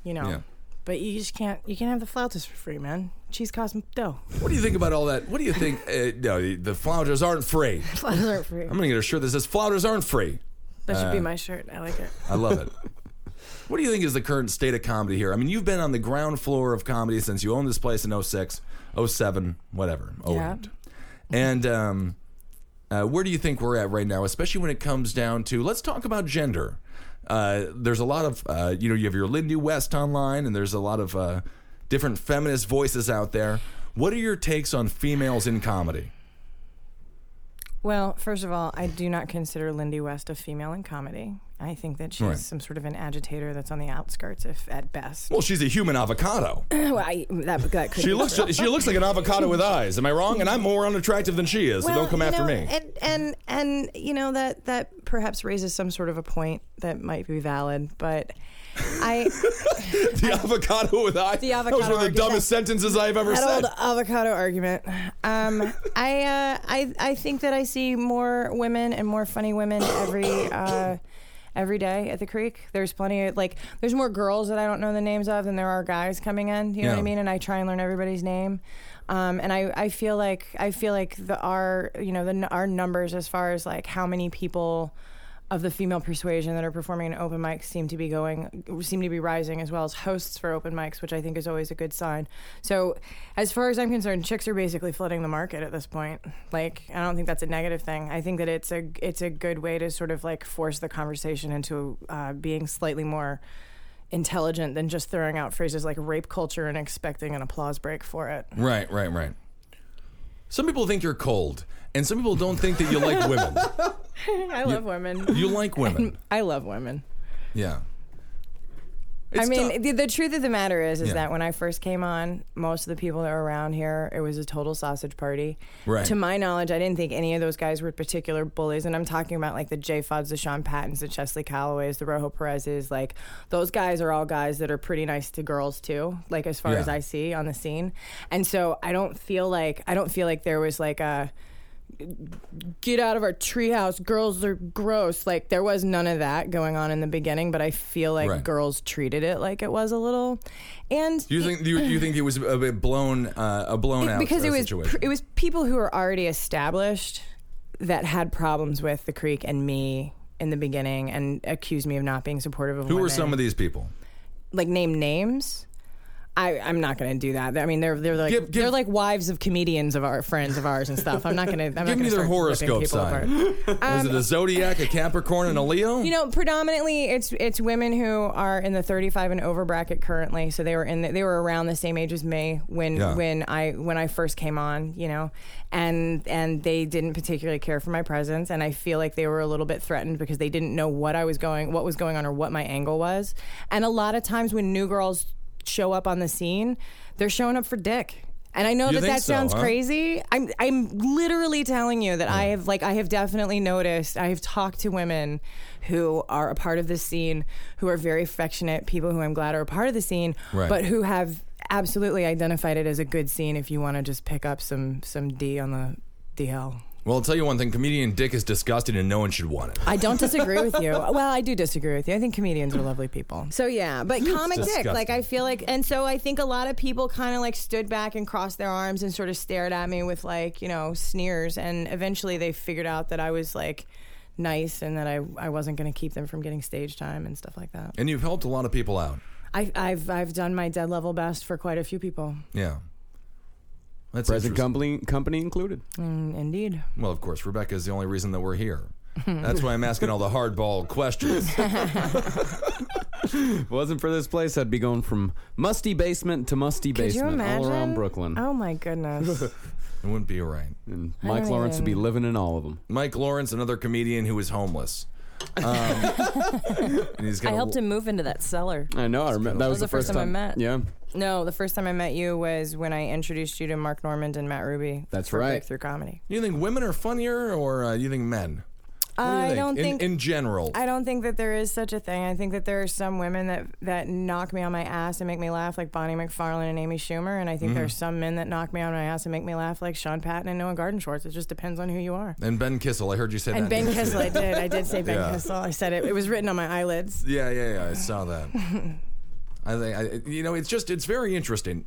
Speaker 2: You know.
Speaker 1: Yeah.
Speaker 2: But you just can't. You can't have the flautas for free, man. Cheese costs dough.
Speaker 1: What do you think about all that? What do you think? Uh, no, the flounders aren't free.
Speaker 2: Flautas aren't free.
Speaker 1: I'm gonna get a shirt that says flounders aren't free.
Speaker 2: That should be
Speaker 1: Uh,
Speaker 2: my shirt. I like it.
Speaker 1: I love it. what do you think is the current state of comedy here? I mean, you've been on the ground floor of comedy since you owned this place in 06, 07, whatever.
Speaker 2: Yeah.
Speaker 1: 08. And um, uh, where do you think we're at right now, especially when it comes down to let's talk about gender? Uh, there's a lot of, uh, you know, you have your Lindy West online, and there's a lot of uh, different feminist voices out there. What are your takes on females in comedy?
Speaker 2: Well, first of all, I do not consider Lindy West a female in comedy. I think that she's
Speaker 1: Right.
Speaker 2: some sort of an agitator that's on the outskirts, if at best.
Speaker 1: Well, she's a human avocado.
Speaker 2: well, I, that, that could
Speaker 1: She
Speaker 2: be
Speaker 1: looks
Speaker 2: true.
Speaker 1: she looks like an avocado with eyes. Am I wrong? And I'm more unattractive than she is, so
Speaker 2: Well,
Speaker 1: don't come
Speaker 2: you
Speaker 1: after
Speaker 2: know,
Speaker 1: me.
Speaker 2: And and and you know that that perhaps raises some sort of a point that might be valid, but I
Speaker 1: the avocado with eyes.
Speaker 2: The
Speaker 1: that was
Speaker 2: avocado
Speaker 1: one of the
Speaker 2: argument.
Speaker 1: dumbest sentences I've ever
Speaker 2: that
Speaker 1: said.
Speaker 2: old avocado argument. Um, I uh, I I think that I see more women and more funny women every. Uh, Every day at the creek, there's plenty of like, there's more girls that I don't know the names of than there are guys coming in. You know what
Speaker 1: Yeah.
Speaker 2: I mean? And I try and learn everybody's name. Um, and I, I feel like I feel like the our you know the n- our numbers as far as like how many people of the female persuasion that are performing in open mics seem to be going seem to be rising as well as hosts for open mics which i think is always a good sign so as far as i'm concerned chicks are basically flooding the market at this point like i don't think that's a negative thing i think that it's a it's a good way to sort of like force the conversation into uh, being slightly more intelligent than just throwing out phrases like rape culture and expecting an applause break for it
Speaker 1: Right, right, right. Some people think you're cold, and some people don't think that you like women.
Speaker 2: i love women
Speaker 1: You like women.
Speaker 2: i love women
Speaker 1: Yeah.
Speaker 2: I
Speaker 1: It's
Speaker 2: mean,
Speaker 1: tough.
Speaker 2: the, the truth of the matter is, is
Speaker 1: Yeah.
Speaker 2: that when I first came on, most of the people that were around here, it was a total sausage party.
Speaker 1: Right.
Speaker 2: To my knowledge, I didn't think any of those guys were particular bullies, and I'm talking about like the J. Fods, the Sean Pattons, the Chesley Callaways, the Rojo Perez's. Like those guys are all guys that are pretty nice to girls too. Like as far
Speaker 1: Yeah.
Speaker 2: as I see on the scene, and so I don't feel like I don't feel like there was like a get out of our treehouse. Girls are gross. Like there was none of that going on in the beginning, but I feel like
Speaker 1: Right.
Speaker 2: girls treated it like it was a little, and
Speaker 1: you think you, you think it was a bit blown uh, a blown out
Speaker 2: because
Speaker 1: uh,
Speaker 2: it was
Speaker 1: situation.
Speaker 2: it was people who were already established that had problems with the creek and me in the beginning and accused me of not being supportive of
Speaker 1: Who
Speaker 2: women.
Speaker 1: were some of these people?
Speaker 2: like name names. I, I'm not going to do that. I mean, they're they're like
Speaker 1: Give- give-
Speaker 2: they're like wives of comedians of our friends of ours and stuff. I'm not going to. I'm not
Speaker 1: Give me
Speaker 2: gonna
Speaker 1: their
Speaker 2: start ripping
Speaker 1: horoscope
Speaker 2: people apart.
Speaker 1: sign. was it a zodiac, a Capricorn, and a Leo?
Speaker 2: Um, You know, predominantly it's it's women who are in the 35 and over bracket currently. So they were in the, they were around the same age as me when
Speaker 1: Yeah.
Speaker 2: when I when I first came on, you know. And and they didn't particularly care for my presence and I feel like they were a little bit threatened because they didn't know what I was going what was going on or what my angle was. And a lot of times when new girls show up on the scene, they're showing up for dick. And I know
Speaker 1: You
Speaker 2: that
Speaker 1: think
Speaker 2: that
Speaker 1: so,
Speaker 2: sounds
Speaker 1: huh?
Speaker 2: crazy crazy. I'm I'm literally telling you that I have like I have definitely noticed. I have talked to women who are a part of the scene, who are very affectionate people who I'm glad are a part of the scene,
Speaker 1: Right.
Speaker 2: but who have absolutely identified it as a good scene. If you want to just pick up some some D on the DL.
Speaker 1: Well, I'll tell you one thing: comedian dick is disgusting, and no one should want it.
Speaker 2: I don't disagree with you. Well, I do disagree with you. I think comedians are lovely people. So yeah, but comic dick,
Speaker 1: disgusting.
Speaker 2: like I feel like, and so I think a lot of people kind of like stood back and crossed their arms and sort of stared at me with like you know sneers, and eventually they figured out that I was like nice and that I, I wasn't going to keep them from getting stage time and stuff like that.
Speaker 1: And you've helped a lot of people out.
Speaker 2: I, I've I've done my dead level best for quite a few people.
Speaker 1: Yeah. That's
Speaker 4: Present
Speaker 1: interesting.
Speaker 4: company, company included.
Speaker 2: Mm, indeed.
Speaker 1: Well, of course, Rebecca is the only reason that we're here. That's why I'm asking all the hardball questions.
Speaker 4: If it wasn't for this place, I'd be going from musty basement to musty
Speaker 2: Could you
Speaker 4: basement
Speaker 2: imagine?
Speaker 4: all around Brooklyn.
Speaker 2: Oh my goodness.
Speaker 1: It wouldn't be right.
Speaker 4: And Mike
Speaker 2: don't
Speaker 4: Lawrence would be
Speaker 2: even-
Speaker 4: living in all of them.
Speaker 1: Mike Lawrence, another comedian who is homeless. Um, and he's
Speaker 5: I
Speaker 1: gonna-
Speaker 5: helped him move into that cellar.
Speaker 4: I know. I remember that was the first time
Speaker 5: I met.
Speaker 4: Yeah,
Speaker 2: No, the first time I met you was when I introduced you to Mark Normand and Matt Ruby.
Speaker 4: That's
Speaker 2: for
Speaker 4: right.
Speaker 2: Breakthrough Comedy.
Speaker 1: You think women are funnier, or uh, you think men? What do you
Speaker 2: I don't
Speaker 1: in,
Speaker 2: think-
Speaker 1: in general.
Speaker 2: I don't think that there is such a thing. I think that there are some women that that knock me on my ass and make me laugh, like Bonnie McFarlane and Amy Schumer. And I think
Speaker 4: Mm-hmm.
Speaker 2: there are
Speaker 1: Mhm.
Speaker 2: some men that knock me on my ass and make me laugh, like Sean Patton and Noah Garden Schwartz. It just depends on who you are.
Speaker 1: and Ben Kissel, I heard you say
Speaker 2: and
Speaker 1: that.
Speaker 2: Ben
Speaker 1: too.
Speaker 2: Kissel, I did. I did say Ben
Speaker 1: Yeah.
Speaker 2: Kissel. I said it. It was written on my eyelids.
Speaker 1: Yeah, yeah, yeah. I saw that. I think I, you know it's just it's very interesting.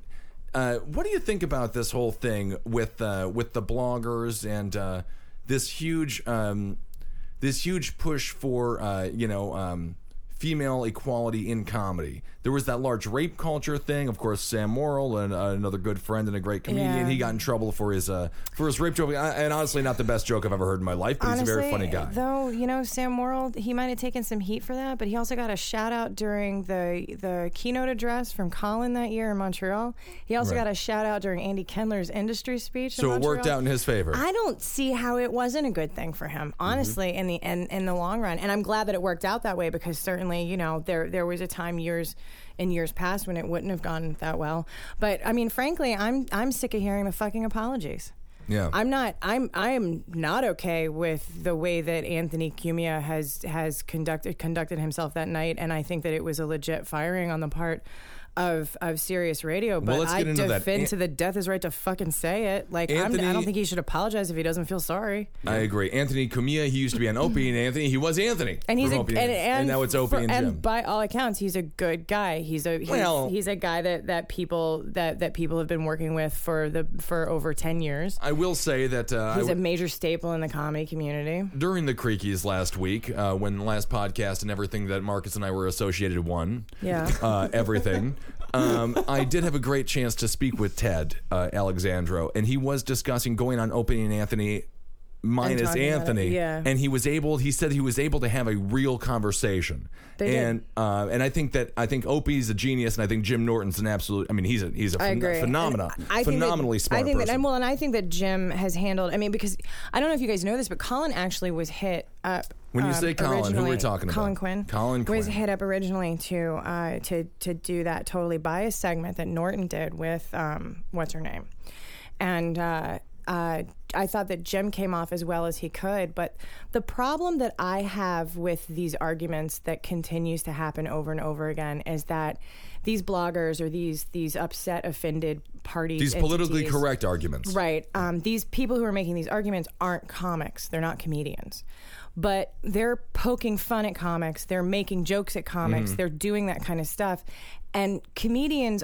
Speaker 1: Uh, what do you think about this whole thing with uh, with the bloggers and uh, this huge um, this huge push for uh, you know um, female equality in comedy? There was that large rape culture thing. Of course, Sam Morrill, and, uh, another good friend and a great comedian,
Speaker 2: Yeah.
Speaker 1: he got in trouble for his uh, for his rape joke, Uh, and honestly, not the best joke I've ever heard in my life. But he's a very funny guy.
Speaker 2: Though you know Sam World, he might have taken some heat for that, but he also got a shout out during the the keynote address from Colin that year in Montreal. He also
Speaker 1: Right.
Speaker 2: got a shout out during Andy Kendler's industry speech. in
Speaker 1: so it worked
Speaker 2: Montreal.
Speaker 1: out in his favor. Mm-hmm.
Speaker 2: I don't see how it wasn't a good thing for him, honestly, in the in, in the long run. And I'm glad that it worked out that way because certainly, you know, there there was a time years in years past when it wouldn't have gone that well. But I mean, frankly, I'm I'm sick of hearing the fucking apologies.
Speaker 1: yeah.
Speaker 2: I'm not. I'm. I am not okay with the way that Anthony Cumia has has conducted conducted himself that night, and I think that it was a legit firing on the part of of Sirius Radio. But
Speaker 1: Well, let's
Speaker 2: I
Speaker 1: get into that.
Speaker 2: defend
Speaker 1: An-
Speaker 2: to the death his right to fucking say it. Like I'm, I
Speaker 1: Anthony-
Speaker 2: don't think he should apologize if he doesn't feel sorry.
Speaker 1: I agree. Anthony Cumia, he used to be on Opie and Anthony. He was Anthony.
Speaker 2: And he's
Speaker 1: from
Speaker 2: a,
Speaker 1: Opie and,
Speaker 2: and, and,
Speaker 1: and now it's
Speaker 2: for-
Speaker 1: Opie and
Speaker 2: and
Speaker 1: Jim.
Speaker 2: by all accounts, he's a good guy. He's a he's,
Speaker 1: Well-
Speaker 2: he's a guy that, that people that, that people have been working with for the for over ten years.
Speaker 1: I will say that uh, I
Speaker 2: He's a
Speaker 1: w-
Speaker 2: major staple in the comedy community.
Speaker 1: during the Creakies last week, uh, when the last podcast and everything that Marcus and I were associated won,
Speaker 2: Yeah.
Speaker 1: uh, everything, um, I did have a great chance to speak with Ted uh, Alexandro, and he was discussing going on Opie and Anthony minus
Speaker 2: talking about it,
Speaker 1: Anthony,
Speaker 2: yeah.
Speaker 1: and he was able. He said he was able to have a real conversation,
Speaker 2: They did.
Speaker 1: and uh, and I think that I think Opie's a genius, and I think Jim Norton's an absolute. I mean, he's a he's a
Speaker 2: I
Speaker 1: phen-
Speaker 2: agree.
Speaker 1: phenomena,
Speaker 2: And I think that-
Speaker 1: phenomenally smart
Speaker 2: I think
Speaker 1: person.
Speaker 2: That, and well, and I think that Jim has handled. I mean, because I don't know if you guys know this, but Colin actually was hit up.
Speaker 1: When you
Speaker 2: um,
Speaker 1: say Colin, who are we
Speaker 2: originally-
Speaker 1: talking about?
Speaker 2: Colin Quinn.
Speaker 1: Colin
Speaker 2: was
Speaker 1: Quinn.
Speaker 2: hit up originally to uh, to to do that totally biased segment that Norton did with um, what's her name, and. Uh, uh, I thought that Jim came off as well as he could, but the problem that I have with these arguments that continues to happen over and over again is that these bloggers or these these upset, offended parties,
Speaker 1: These politically
Speaker 2: entities-
Speaker 1: correct arguments.
Speaker 2: Right. Um, these people who are making these arguments aren't comics. They're not comedians. But they're poking fun at comics. They're making jokes at comics.
Speaker 1: Mm.
Speaker 5: Mhm.
Speaker 2: They're doing that kind of stuff. And comedians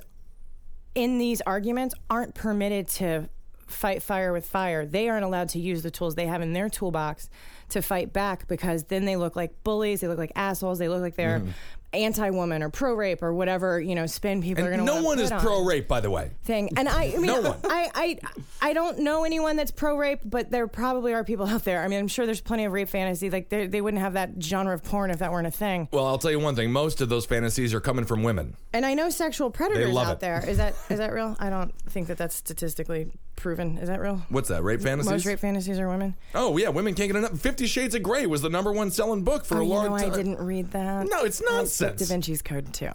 Speaker 2: in these arguments aren't permitted to fight fire with fire. They aren't allowed to use the tools they have in their toolbox to fight back because then they look like bullies. They look like assholes. They look like they're
Speaker 1: Mhm.
Speaker 2: anti woman or pro rape or whatever, you know, spin people are
Speaker 1: And
Speaker 2: going to
Speaker 1: no one is
Speaker 2: on
Speaker 1: pro rape, by the way.
Speaker 2: thing. And I, I mean,
Speaker 1: No one.
Speaker 2: I, I, I don't know anyone that's pro rape, but there probably are people out there. I mean, I'm sure there's plenty of rape fantasy. Like they, they wouldn't have that genre of porn if that weren't a thing.
Speaker 1: Well, I'll tell you one thing: most of those fantasies are coming from women.
Speaker 2: And I know sexual predators
Speaker 1: love
Speaker 2: out
Speaker 1: it.
Speaker 2: there. Is that is that real? I don't think that that's statistically proven. Is that real?
Speaker 1: What's that? Rape fantasies?
Speaker 2: Most rape fantasies are women.
Speaker 1: Oh yeah, women can't get enough. Fifty Shades of Grey was the number one selling book for
Speaker 2: oh,
Speaker 1: a long
Speaker 2: you know,
Speaker 1: time.
Speaker 2: I didn't read that.
Speaker 1: No, it's
Speaker 2: I read
Speaker 1: nonsense.
Speaker 2: Da Vinci's Code too.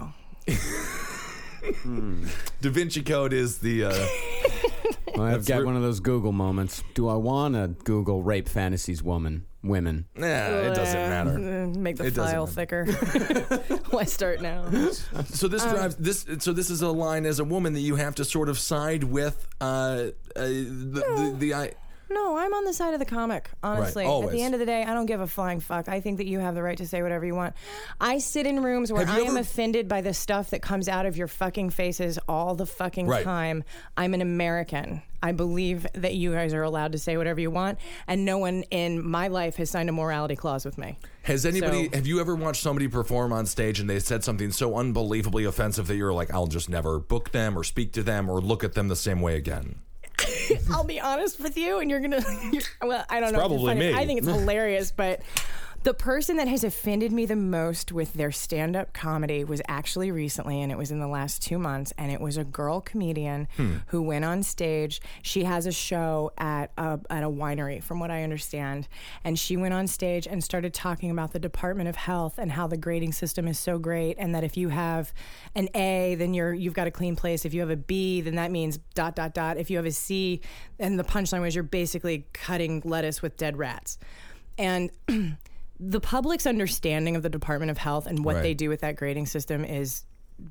Speaker 1: Da Vinci Code is the. Uh,
Speaker 4: I've got one of those Google moments. Do I want to Google rape fantasies woman women?
Speaker 1: nah, Uh, it doesn't matter.
Speaker 2: Make the
Speaker 1: It doesn't
Speaker 2: file thicker. Why start now?
Speaker 1: So
Speaker 2: Um,
Speaker 1: this drives this. So this is a line as a woman that you have to sort of side with. Uh, uh, the, the, the I.
Speaker 2: No, I'm on the side of the comic, honestly. At
Speaker 1: always.
Speaker 2: the end of the day, I don't give a flying fuck. I think that you have the right to say whatever you want. I sit in rooms where
Speaker 1: Have
Speaker 2: I
Speaker 1: you
Speaker 2: am
Speaker 1: ever-
Speaker 2: offended by the stuff that comes out of your fucking faces all the fucking
Speaker 1: Right.
Speaker 2: time. I'm an American. I believe that you guys are allowed to say whatever you want, and no one in my life has signed a morality clause with me.
Speaker 1: Has anybody?
Speaker 2: So-
Speaker 1: have you ever watched somebody perform on stage and they said something so unbelievably offensive that you're like, I'll just never book them or speak to them or look at them the same way again?
Speaker 2: I'll be honest with you, and you're gonna. You're, well, I don't
Speaker 1: It's
Speaker 2: know. if you're
Speaker 1: probably
Speaker 2: funny.
Speaker 1: me.
Speaker 2: I think it's hilarious, but the person that has offended me the most with their stand-up comedy was actually recently, and it was in the last two months, and it was a girl comedian
Speaker 5: Hmm.
Speaker 2: who went on stage. She has a show at a, at a winery, from what I understand, and she went on stage and started talking about the Department of Health and how the grading system is so great, and that if you have an A, then you're you've got a clean place. If you have a B, then that means dot dot dot. If you have a C, and the punchline was you're basically cutting lettuce with dead rats. and the public's understanding of the Department of Health and what
Speaker 1: Right.
Speaker 2: they do with that grading system is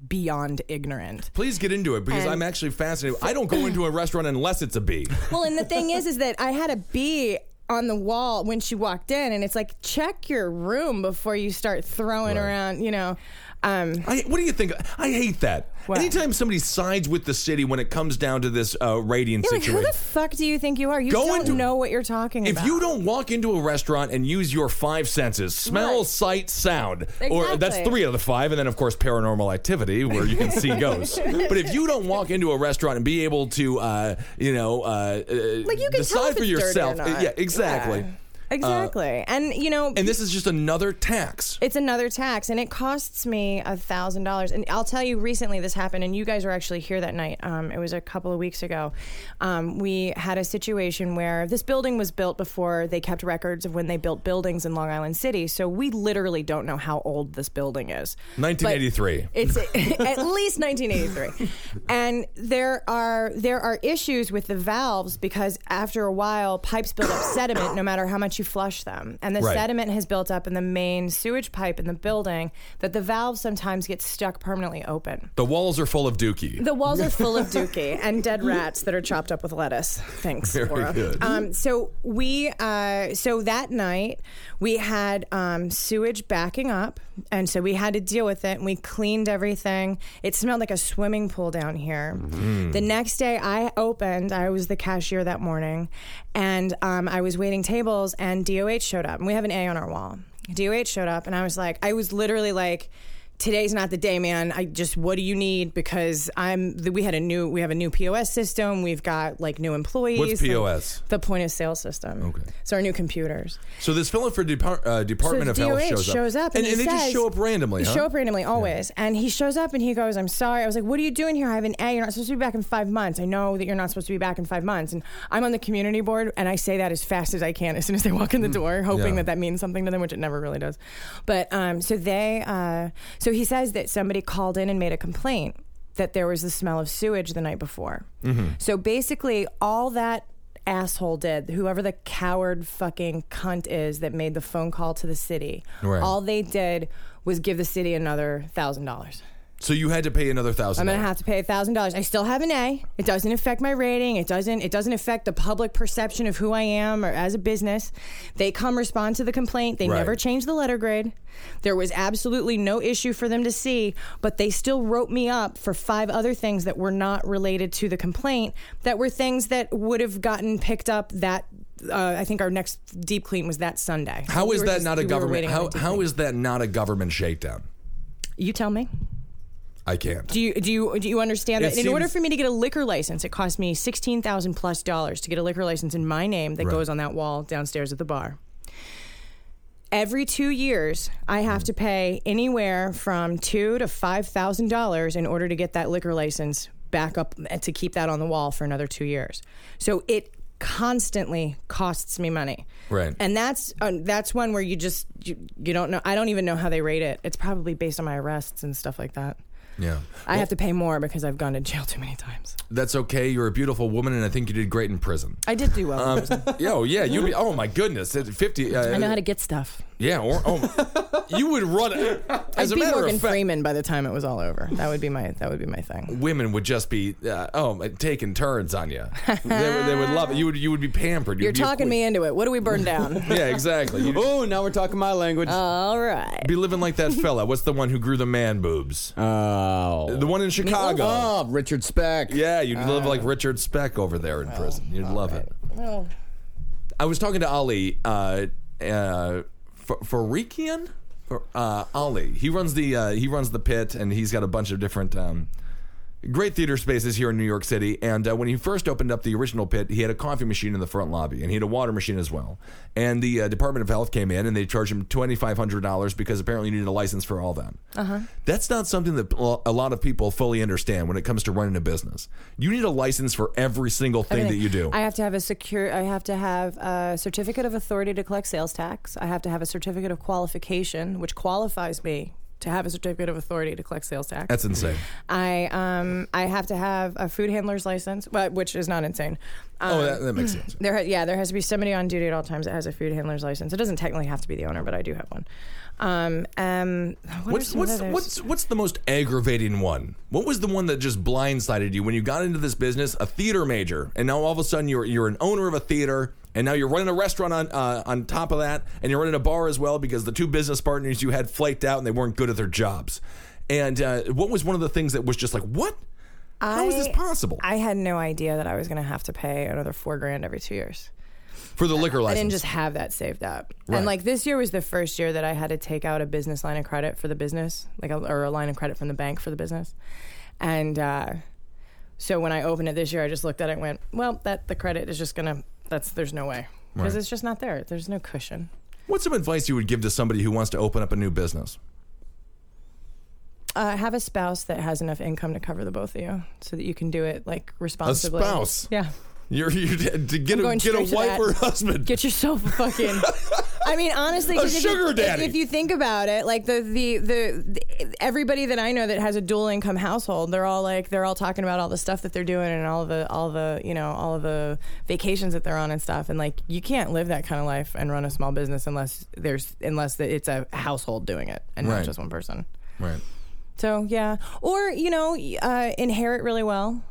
Speaker 2: beyond ignorant.
Speaker 1: Please get into it because
Speaker 2: And-
Speaker 1: I'm actually fascinated. I don't go into a restaurant unless it's a B.
Speaker 2: Well, and the thing is, is that I had a bee on the wall when she walked in, and it's like check your room before you start throwing
Speaker 1: Right.
Speaker 2: around. You know, um,
Speaker 1: I, what do you think? I hate that. Anytime somebody sides with the city when it comes down to this uh, rating
Speaker 2: yeah, like
Speaker 1: situation.
Speaker 2: who the fuck do you think you are? You
Speaker 1: Go
Speaker 2: don't
Speaker 1: into-
Speaker 2: know what you're talking
Speaker 1: if
Speaker 2: about.
Speaker 1: you don't walk into a restaurant and use your five senses smell sight sound or that's
Speaker 2: Exactly.
Speaker 1: three out of the five and then of course paranormal activity where you can see ghosts but if you don't walk into a restaurant and be able to uh, you know uh, uh,
Speaker 2: Like, you can tell
Speaker 1: decide
Speaker 2: if
Speaker 1: for
Speaker 2: it's dirty or
Speaker 1: yourself
Speaker 2: not.
Speaker 1: yeah exactly
Speaker 2: Yeah.
Speaker 1: uh,
Speaker 2: exactly, and you know,
Speaker 1: and this is just another tax
Speaker 2: It's another tax, and it costs me a thousand dollars. And I'll tell you, recently this happened, and you guys were actually here that night. Um, it was a couple of weeks ago. Um, we had a situation where this building was built before they kept records of when they built buildings in Long Island City, so we literally don't know how old this building is.
Speaker 1: 1983
Speaker 2: It's at least 1983, and there are there are issues with the valves because after a while, pipes build up sediment no matter how much you flush them, and the
Speaker 5: Right.
Speaker 2: sediment has built up in the main sewage pipe in the building that the valves sometimes get stuck permanently open.
Speaker 1: the walls are full of dookie
Speaker 2: The walls are full of dookie and dead rats that are chopped up with lettuce. Thanks,
Speaker 1: Very
Speaker 2: Laura.
Speaker 1: good.
Speaker 2: Um, so we, uh, so that night we had um, sewage backing up, and so we had to deal with it. And we cleaned everything. It smelled like a swimming pool down here.
Speaker 1: Mm-hmm.
Speaker 5: Mhm.
Speaker 2: The next day, I opened. I was the cashier that morning, and um, I was waiting tables. And DOH showed up, and we have an A on our wall. DOH showed up, and I was like, I was literally like today's not the day man i just what do you need because i'm the, we had a new we have a new pos system we've got like new employees
Speaker 1: What's
Speaker 2: like,
Speaker 1: POS?
Speaker 2: the point of sale system okay it's our new computers
Speaker 1: so this fellow for Depar- uh, department
Speaker 2: so
Speaker 1: of health
Speaker 2: DOH
Speaker 1: shows up and,
Speaker 2: he
Speaker 1: and they just
Speaker 2: says-
Speaker 1: show up randomly
Speaker 2: They
Speaker 1: huh?
Speaker 2: show up randomly always, and he shows up and he goes, "I'm sorry." I was like, "What are you doing here? I have an A. You're not supposed to be back in five months. I know that you're not supposed to be back in five months." And I'm on the community board, and I say that as fast as I can as soon as they walk in the door, hoping
Speaker 5: Yeah.
Speaker 2: that that means something to them, which it never really does. But um, so they, uh, so he says that somebody called in and made a complaint that there was the smell of sewage the night before. So basically, all that asshole did, whoever the coward fucking cunt is that made the phone call to the city,
Speaker 1: Right.
Speaker 2: all they did was give the city another thousand dollars.
Speaker 1: so you had to pay another
Speaker 2: I'm
Speaker 1: thousand
Speaker 2: gonna
Speaker 1: dollars
Speaker 2: have to pay thousand dollars. I still have an A. It doesn't affect my rating. It doesn't. It doesn't affect the public perception of who I am or as a business. They come respond to the complaint. They
Speaker 5: Right.
Speaker 2: never changed the letter grade. There was absolutely no issue for them to see, but they still wrote me up for five other things that were not related to the complaint. That were things that would have gotten picked up. That uh, I think our next deep clean was that Sunday.
Speaker 1: How
Speaker 2: So we
Speaker 1: is
Speaker 2: were
Speaker 1: that
Speaker 2: just-
Speaker 1: not a
Speaker 2: we were
Speaker 1: government?
Speaker 2: waiting on
Speaker 1: How,
Speaker 2: a deep
Speaker 1: how
Speaker 2: clean.
Speaker 1: is that not a government shakedown?
Speaker 2: you tell me?
Speaker 1: I can't.
Speaker 2: Do you do you do you understand
Speaker 1: It
Speaker 2: that? in order
Speaker 1: seems-
Speaker 2: for me to get a liquor license, it cost me sixteen thousand plus dollars to get a liquor license in my name that
Speaker 5: Right.
Speaker 2: goes on that wall downstairs at the bar. Every two years, I have to pay anywhere from two to five thousand dollars in order to get that liquor license back up and to keep that on the wall for another two years. So it constantly costs me money.
Speaker 1: Right.
Speaker 2: And that's uh, that's one where you just you, you don't know. I don't even know how they rate it. It's probably based on my arrests and stuff like that.
Speaker 1: yeah.
Speaker 2: I have to pay more because I've gone to jail too many times.
Speaker 1: That's okay. You're a beautiful woman, and I think you did great in prison.
Speaker 2: I did do well.
Speaker 1: Um, yeah, oh, yeah. You'd be, oh, my goodness. At 50. Uh,
Speaker 2: I know how to get stuff.
Speaker 1: Yeah. Or, oh, you would run. As
Speaker 2: I'd
Speaker 1: a
Speaker 2: be
Speaker 1: matter
Speaker 2: Morgan
Speaker 1: of fact,
Speaker 2: Freeman by the time it was all over. That would be my that would be my thing.
Speaker 1: women would just be, uh, oh, taking turns on you. they, would, they would love it. You would, you would be pampered.
Speaker 2: You're talking me into it. What do we burn down?
Speaker 1: Yeah, exactly.
Speaker 4: oh, now we're talking my language.
Speaker 2: all right.
Speaker 1: Be living like that fella. What's the one who grew the man boobs?
Speaker 4: Oh.
Speaker 1: The one in Chicago.
Speaker 4: Oh, Richard Speck.
Speaker 1: Yeah, you'd live like Richard Speck over there in prison. You'd love it.
Speaker 2: Well,
Speaker 1: I was talking to Ali uh, uh, Fa- Farikian. Fa- Uh, Ali, he runs the uh, he runs the pit, and he's got a bunch of different um, great theater spaces here in New York City. And uh, when he first opened up the original pit, he had a coffee machine in the front lobby, and he had a water machine as well. And the uh, Department of Health came in, and they charged him twenty five hundred dollars because apparently you need a license for all that. Uh huh. That's not something that a lot of people fully understand when it comes to running a business. You need a license for every single thing that you do.
Speaker 2: I have to have a secure. I have to have a certificate of authority to collect sales tax. I have to have a certificate of qualification, which qualifies me to have a certificate of authority to collect sales tax.
Speaker 1: That's insane.
Speaker 2: I um I have to have a food handler's license, but which is not insane. Um,
Speaker 1: Oh, that- that makes sense.
Speaker 2: There, ha- yeah, there has to be somebody on duty at all times that has a food handler's license. It doesn't technically have to be the owner, but I do have one. Um, um, what are
Speaker 1: What's
Speaker 2: some
Speaker 1: what's
Speaker 2: others?
Speaker 1: what's what's the most aggravating one? What was the one that just blindsided you when you got into this business, a theater major, and now all of a sudden you're you're an owner of a theater, and now you're running a restaurant on uh, on top of that, and you're running a bar as well because the two business partners you had flaked out and they weren't good at their jobs. And uh, what was one of the things that was just like what? How is this
Speaker 2: I-
Speaker 1: possible
Speaker 2: I had no idea that I was going to have to pay another four grand every two years.
Speaker 1: for the liquor
Speaker 2: I
Speaker 1: license?
Speaker 2: didn't just have that saved up.
Speaker 1: Right.
Speaker 2: And like this year was the first year that I had to take out a business line of credit for the business, like a, or a line of credit from the bank for the business. And uh, so when I opened it this year, I just looked at it and went, well, that the credit is just gonna. That's there's no way because
Speaker 1: Right.
Speaker 2: it's just not there. There's no cushion.
Speaker 1: What's some advice you would give to somebody who wants to open up a new business?
Speaker 2: Uh, have a spouse that has enough income to cover the both of you, so that you can do it like responsibly.
Speaker 1: spouse?
Speaker 2: yeah.
Speaker 1: You're, you're to get
Speaker 2: I'm
Speaker 1: a
Speaker 2: going
Speaker 1: get a
Speaker 2: straight to
Speaker 1: wife
Speaker 2: that.
Speaker 1: or a husband.
Speaker 2: Get yourself a fucking. I mean, honestly, 'cause
Speaker 1: A
Speaker 2: if
Speaker 1: sugar
Speaker 2: you,
Speaker 1: daddy.
Speaker 2: If you think about it, like the, the the the everybody that I know that has a dual income household, they're all like they're all talking about all the stuff that they're doing and all the all the you know all the vacations that they're on and stuff. And like you can't live that kind of life and run a small business unless there's unless that it's a household doing it and
Speaker 1: Right.
Speaker 2: not just one person.
Speaker 1: right.
Speaker 2: So yeah, or you know y- uh, inherit really well.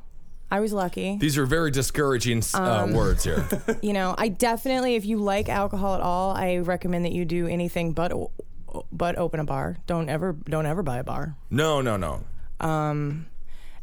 Speaker 2: I was lucky.
Speaker 1: These are very discouraging s- uh,
Speaker 2: Um.
Speaker 1: words here.
Speaker 2: you know, I definitely, if you like alcohol at all, I recommend that you do anything but o- but open a bar. Don't ever don't ever buy a bar.
Speaker 1: No, no, no.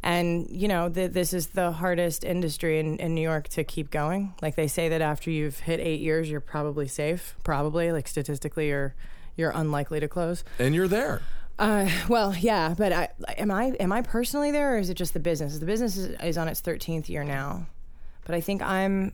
Speaker 2: And you know, th- this is the hardest industry in, in New York to keep going. Like they say that after you've hit eight years, you're probably safe. Probably, like statistically, you're you're unlikely to close.
Speaker 1: And you're there.
Speaker 2: Uh, well, yeah, but I, am I am I personally there, or is it just the business? The business is, is on its 13th year now, but I think I'm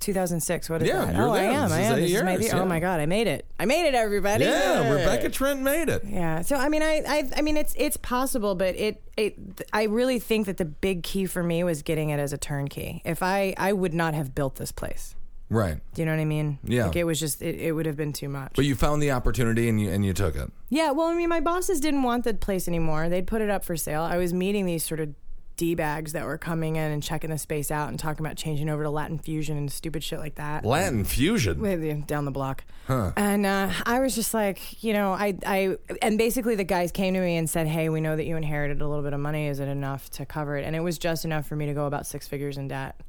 Speaker 2: 2006. What is
Speaker 1: Yeah,
Speaker 2: that?
Speaker 1: you're
Speaker 2: oh, I
Speaker 1: there.
Speaker 2: am.
Speaker 1: This
Speaker 2: I
Speaker 1: is
Speaker 2: am.
Speaker 1: eight
Speaker 2: This is my
Speaker 1: years,
Speaker 2: the-
Speaker 1: yeah.
Speaker 2: Oh my god, I made it! I made it, everybody!
Speaker 1: Yeah, Rebecca Trent made it.
Speaker 2: Yeah. So I mean, I, I I mean, it's it's possible, but it it I really think that the big key for me was getting it as a turnkey. If I I would not have built this place.
Speaker 1: Right.
Speaker 2: Do you know what I mean?
Speaker 1: Yeah.
Speaker 2: Like it was just it, it would have been too much.
Speaker 1: But you found the opportunity and you and you took it.
Speaker 2: Yeah, well, I mean, my bosses didn't want the place anymore. They'd put it up for sale. I was meeting these sort of d bags that were coming in and checking the space out and talking about changing over to Latin fusion and stupid shit like that.
Speaker 1: Latin fusion.
Speaker 2: Way down the block. And uh, I was just like, you know, I, I, and basically the guys came to me and said, hey, we know that you inherited a little bit of money. Is it enough to cover it? And it was just enough for me to go about six figures in debt.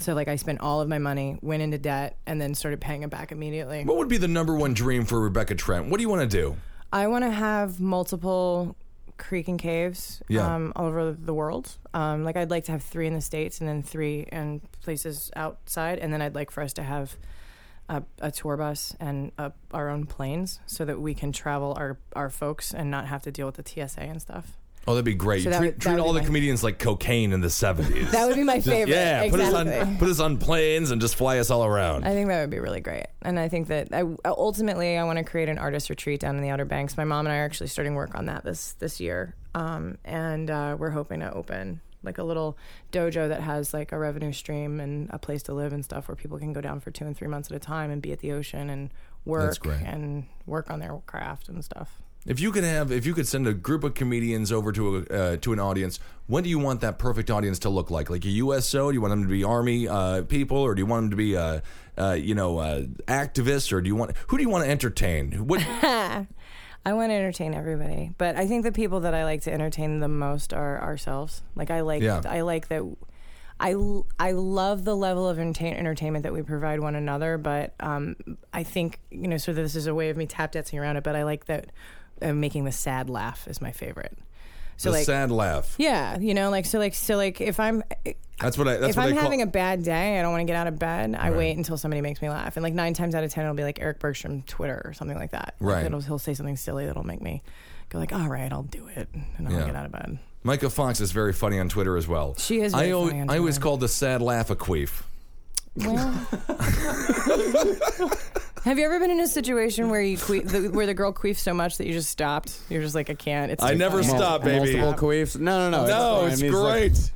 Speaker 2: So like I spent all of my money, went into debt, and then started paying it back immediately.
Speaker 1: What would be the number one dream for Rebecca Trent? What do you want to do?
Speaker 2: I want to have multiple creek and caves
Speaker 1: Yeah.
Speaker 2: um, all over the world. Um, like I'd like to have three in the states and then three in places outside, and then I'd like for us to have a, a tour bus and a, our own planes so that we can travel our our folks and not have to deal with the TSA and stuff.
Speaker 1: Oh, that'd be great.
Speaker 2: So that
Speaker 1: treat
Speaker 2: would- that
Speaker 1: treat
Speaker 2: would
Speaker 1: all
Speaker 2: be
Speaker 1: the
Speaker 2: my-
Speaker 1: comedians like cocaine in the 70s.
Speaker 2: That would be my favorite.
Speaker 1: yeah, put us on put us on planes and just fly us all around.
Speaker 2: I think that would be really great. And I think that I, ultimately I want to create an artist retreat down in the Outer Banks. My mom and I are actually starting work on that this this year, um, and uh, we're hoping to open like a little dojo that has like a revenue stream and a place to live and stuff where people can go down for two and three months at a time and be at the ocean and work
Speaker 1: great.
Speaker 2: and work on their craft and stuff.
Speaker 1: If you could have, if you could send a group of comedians over to a uh, to an audience, what do you want that perfect audience to look like? Like a USO? Do you want them to be army uh, people, or do you want them to be, uh, uh, you know, uh, activists, or do you want who do you want to entertain? What?
Speaker 2: I want to entertain everybody, but I think the people that I like to entertain the most are ourselves. Like I like,
Speaker 1: Yeah.
Speaker 2: I like that. I, l- I love the level of entertain, entertainment that we provide one another, but um, I think you know. So this is a way of me tap dancing around it, but I like that uh, making the sad laugh is my favorite. So
Speaker 1: the
Speaker 2: like,
Speaker 1: sad laugh.
Speaker 2: yeah, you know, like so, like so, like if I'm
Speaker 1: That's what I. That's
Speaker 2: if
Speaker 1: what
Speaker 2: I'm
Speaker 1: they
Speaker 2: having
Speaker 1: call.
Speaker 2: a bad day, I don't want to get out of bed. I wait until somebody makes me laugh, and like nine times out of ten, it'll be like Eric Bergstrom Twitter or something like that. Like,
Speaker 1: Right.
Speaker 2: it'll, he'll say something silly that'll make me go like, "All right, I'll do it," and I'll
Speaker 1: Yeah.
Speaker 2: get out of bed.
Speaker 1: Micah Fox is very funny on Twitter as well.
Speaker 2: She is
Speaker 1: I,
Speaker 2: very
Speaker 1: al-
Speaker 2: funny on
Speaker 1: I always
Speaker 2: Twitter.
Speaker 1: call the sad laugh a queef.
Speaker 2: Well, have you ever been in a situation where you que- the, where the girl queefs so much that you just stopped? You're just like, "I can't." It's
Speaker 1: I
Speaker 2: too
Speaker 1: never
Speaker 2: funny."
Speaker 1: stop, baby.
Speaker 4: Oh, Multiple queefs? No, no, no.
Speaker 1: No,
Speaker 4: fine.
Speaker 1: it's
Speaker 4: I mean, like-
Speaker 1: great.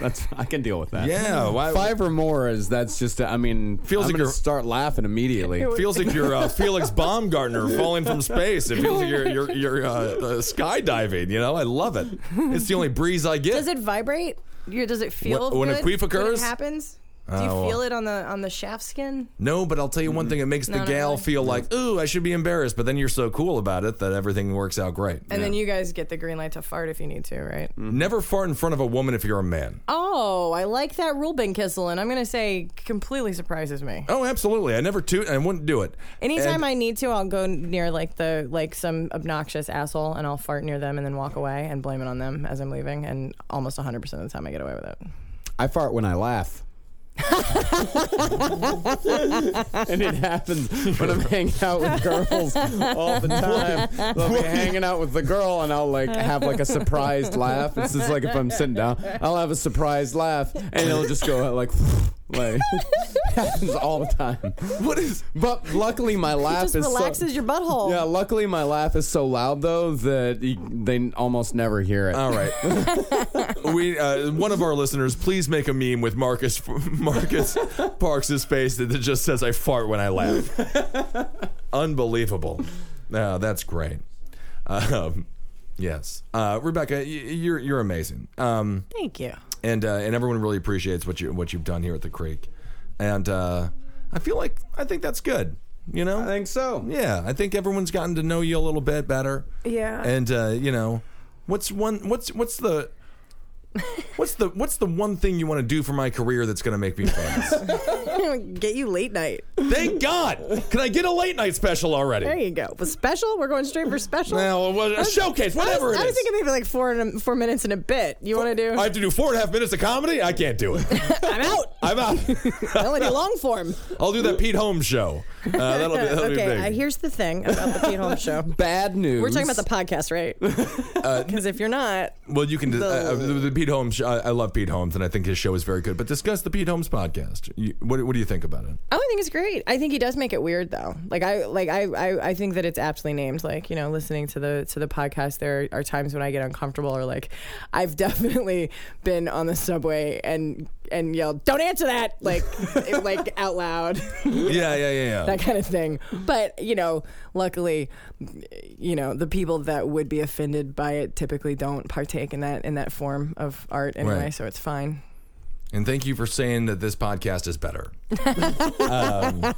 Speaker 4: That's I can deal with that.
Speaker 1: Yeah, why-
Speaker 4: five or more is that's just. I mean,
Speaker 1: Feels
Speaker 4: feels
Speaker 1: like
Speaker 4: I'm like
Speaker 1: you're-
Speaker 4: gonna start laughing immediately.
Speaker 1: feels like you're uh, Felix Baumgartner falling from space. It feels like you're you're, you're uh, uh, skydiving. You know, I love it. It's the only breeze I get.
Speaker 2: Does it vibrate? Your- Does it feel
Speaker 1: when a
Speaker 2: good
Speaker 1: queef occurs?
Speaker 2: When it happens? Do you
Speaker 1: Oh, well.
Speaker 2: feel it on the on the shaft skin?
Speaker 1: no, but I'll tell you one thing. It makes
Speaker 2: No,
Speaker 1: the
Speaker 2: not
Speaker 1: gal
Speaker 2: really.
Speaker 1: feel like, ooh, I should be embarrassed. But then you're so cool about it that everything works out great.
Speaker 2: And then you guys get the green light to fart if you need to, right?
Speaker 1: Never fart in front of a woman if you're a man.
Speaker 2: Oh, I like that rule, Ben Kissel, and I'm gonna say completely surprises me.
Speaker 1: Oh, absolutely. I never toot and I wouldn't do it. And-
Speaker 2: Anytime I need to, I'll go near like the like some obnoxious asshole, and I'll fart near them, and then walk away and blame it on them as I'm leaving. And almost 100 percent of the time, I get away with it.
Speaker 4: I fart when I laugh. and it happens when I'm hanging out with girls all the time. I'll be hanging out with the girl and I'll like have like a surprised laugh. It's just like if I'm sitting down, I'll have a surprised laugh and it'll just go out like like happens all the time.
Speaker 1: What is.
Speaker 4: But luckily my laugh
Speaker 2: Just
Speaker 4: is so-
Speaker 2: relaxes your butthole.
Speaker 4: yeah, luckily my laugh is so loud though that you, they almost never hear it.
Speaker 1: All right. we uh, one of our listeners, please make a meme with Marcus Marcus Parks' face that just says "I fart when I laugh." Unbelievable. Uh, that's great. Um, yes, uh, Rebecca, y- you're you're amazing, um,
Speaker 2: Thank you.
Speaker 1: and uh, and everyone really appreciates what you what you've done here at the Creek, and uh, I feel like I think that's good. You know,
Speaker 4: I think so.
Speaker 1: yeah, I think everyone's gotten to know you a little bit better.
Speaker 2: Yeah.
Speaker 1: And uh, you know, what's one what's what's the what's the what's the one thing you want to do for my career that's going to make me famous?
Speaker 2: get you late night.
Speaker 1: Thank God. Can I get a late night special already?
Speaker 2: There you go. But special? We're going straight for special.
Speaker 1: Well, what- a showcase, whatever
Speaker 2: I was,
Speaker 1: it
Speaker 2: I was
Speaker 1: is.
Speaker 2: thinking maybe like four and a, four minutes in a bit. You want to do?
Speaker 1: I have to do four and a half minutes of comedy. I can't do it.
Speaker 2: I'm out.
Speaker 1: I'm out.
Speaker 2: I only do long form.
Speaker 1: I'll do that Pete Holmes show. Uh, that'll be, that'll be
Speaker 2: okay,
Speaker 1: big.
Speaker 2: uh, here's the thing about the Pete Holmes show.
Speaker 4: Bad news.
Speaker 2: We're talking about the podcast, right? Because if you're not,
Speaker 1: Well, you can. The, uh, the, the Pete Holmes. Show, I, I love Pete Holmes, and I think his show is very good. But discuss the Pete Holmes podcast. You, what, what do you think about it?
Speaker 2: Oh, I think it's great. I think he does make it weird though. Like I like I, I, I think that it's aptly named. Like, you know, listening to the to the podcast there are times when I get uncomfortable or like I've definitely been on the subway and and yelled, Don't answer that like it- like out loud.
Speaker 1: Yeah, yeah, yeah, yeah.
Speaker 2: that kind of thing. But, you know, luckily you know, the people that would be offended by it typically don't partake in that in that form of art anyway,
Speaker 1: Right.
Speaker 2: so it's fine.
Speaker 1: And thank you for saying that this podcast is better. um,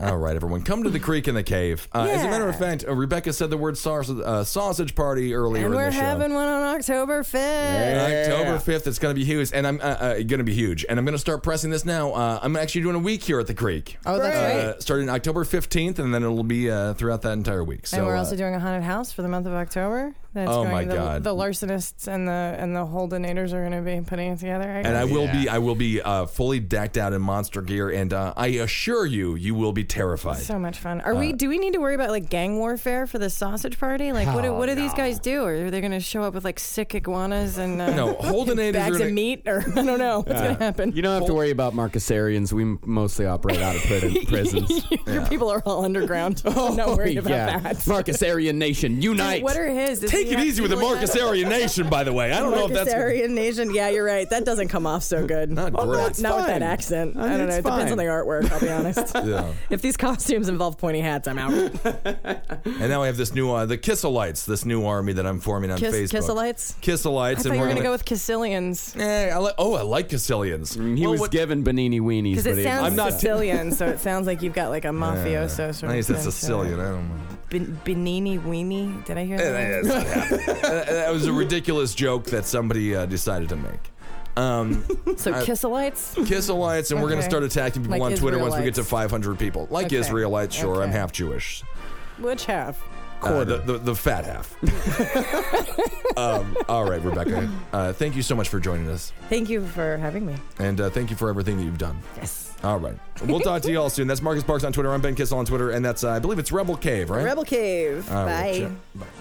Speaker 1: all right, everyone, come to the creek in the cave. Uh, As a matter of
Speaker 2: Yeah.
Speaker 1: fact, uh, Rebecca said the word sausage, uh, sausage party earlier
Speaker 2: And
Speaker 1: in
Speaker 2: we're
Speaker 1: the show.
Speaker 2: having one on October fifth.
Speaker 1: October 5th, it's going to be huge. And I'm uh, uh, going to be huge. And I'm going to start pressing this now. Uh, I'm actually doing a week here at the Creek.
Speaker 2: Oh, that's
Speaker 1: uh,
Speaker 2: right.
Speaker 1: Starting October 15th, and then it'll be uh, throughout that entire week. So,
Speaker 2: and we're
Speaker 1: uh,
Speaker 2: also doing a haunted house for the month of October. That's
Speaker 1: Oh
Speaker 2: going,
Speaker 1: my
Speaker 2: the,
Speaker 1: God.
Speaker 2: The larcenists and the and the whole donators are going to be putting it together. I
Speaker 1: and I
Speaker 2: guess.
Speaker 1: will be, I will be uh, fully decked out in monster gear, and uh, I assure you, you will be terrified.
Speaker 2: so much fun. Are
Speaker 1: Uh,
Speaker 2: we? Do we need to worry about like gang warfare for the sausage party? Like, what do, what do these guys do? Or are they going to show up with like sick iguanas and uh,
Speaker 1: No, Holdenators are
Speaker 2: bags
Speaker 1: gonna-
Speaker 2: of meat? Or I don't know what's going to happen.
Speaker 4: You don't have to worry about Marcus Arians. We mostly operate out of prison, prisons.
Speaker 2: Your people are all underground. I'm not
Speaker 1: Oh,
Speaker 2: worried about
Speaker 4: yeah.
Speaker 2: that.
Speaker 4: Marcus Arian Nation, unite.
Speaker 2: What are his? Does
Speaker 1: Take
Speaker 2: he
Speaker 1: it
Speaker 2: have
Speaker 1: easy with the
Speaker 2: people in
Speaker 1: Marcus
Speaker 2: that-
Speaker 1: Aryan Nation, by the way. I don't know if
Speaker 2: Marcus
Speaker 1: that's
Speaker 2: Aryan Nation. Yeah, you're right. That doesn't come off so good.
Speaker 1: Not Oh, no, great. it's
Speaker 2: Not with
Speaker 4: fine.
Speaker 2: that accent.
Speaker 4: I
Speaker 2: I,
Speaker 4: mean,
Speaker 2: don't know. It
Speaker 4: it's
Speaker 2: depends on the
Speaker 4: fine.
Speaker 2: artwork. I'll be honest.
Speaker 1: Yeah.
Speaker 2: If these costumes involve pointy hats, I'm out.
Speaker 1: And now I have this new uh, the Kisselites, this new army that I'm forming on
Speaker 2: Kiss,
Speaker 1: Facebook.
Speaker 2: Kisselites.
Speaker 1: Kisselites,
Speaker 2: I thought
Speaker 1: and
Speaker 2: you
Speaker 1: we're
Speaker 2: were gonna go with Mm. Kissilians
Speaker 1: Eh, I li- oh, I like Kissilians.
Speaker 4: He was given Benini weenies,
Speaker 2: because
Speaker 4: but
Speaker 2: it
Speaker 4: he
Speaker 2: sounds
Speaker 1: I'm not-
Speaker 2: Sicilian, so it sounds like you've got like a mafioso sort
Speaker 1: I
Speaker 2: of.
Speaker 1: guess that's
Speaker 2: thing,
Speaker 1: Sicilian.
Speaker 2: So.
Speaker 1: I don't know.
Speaker 2: Ben- Benini weenie. Did I hear that?
Speaker 1: That's not happening. Uh, that was a ridiculous joke that somebody uh, decided to make. Um,
Speaker 2: So Kisselites.
Speaker 1: Kiss Alliance, and we're going to
Speaker 2: Okay.
Speaker 1: start attacking people
Speaker 2: Like
Speaker 1: on Twitter once we get to
Speaker 2: Israelites.
Speaker 1: 500 people. Like
Speaker 2: Okay.
Speaker 1: Israelites, sure. I'm
Speaker 2: Okay.
Speaker 1: half Jewish.
Speaker 2: Which half?
Speaker 1: Uh, the, the, the fat half. um, all right, Rebecca. Uh, thank you so much for joining us.
Speaker 2: Thank you for having me.
Speaker 1: And uh, thank you for everything that you've done.
Speaker 2: Yes.
Speaker 1: All right. We'll talk to you all soon. That's Marcus Parks on Twitter. I'm Ben Kissel on Twitter. And that's, uh, I believe it's Rebel Cave, right?
Speaker 2: Rebel Cave.
Speaker 1: All right,
Speaker 2: Bye.
Speaker 1: yeah. Bye.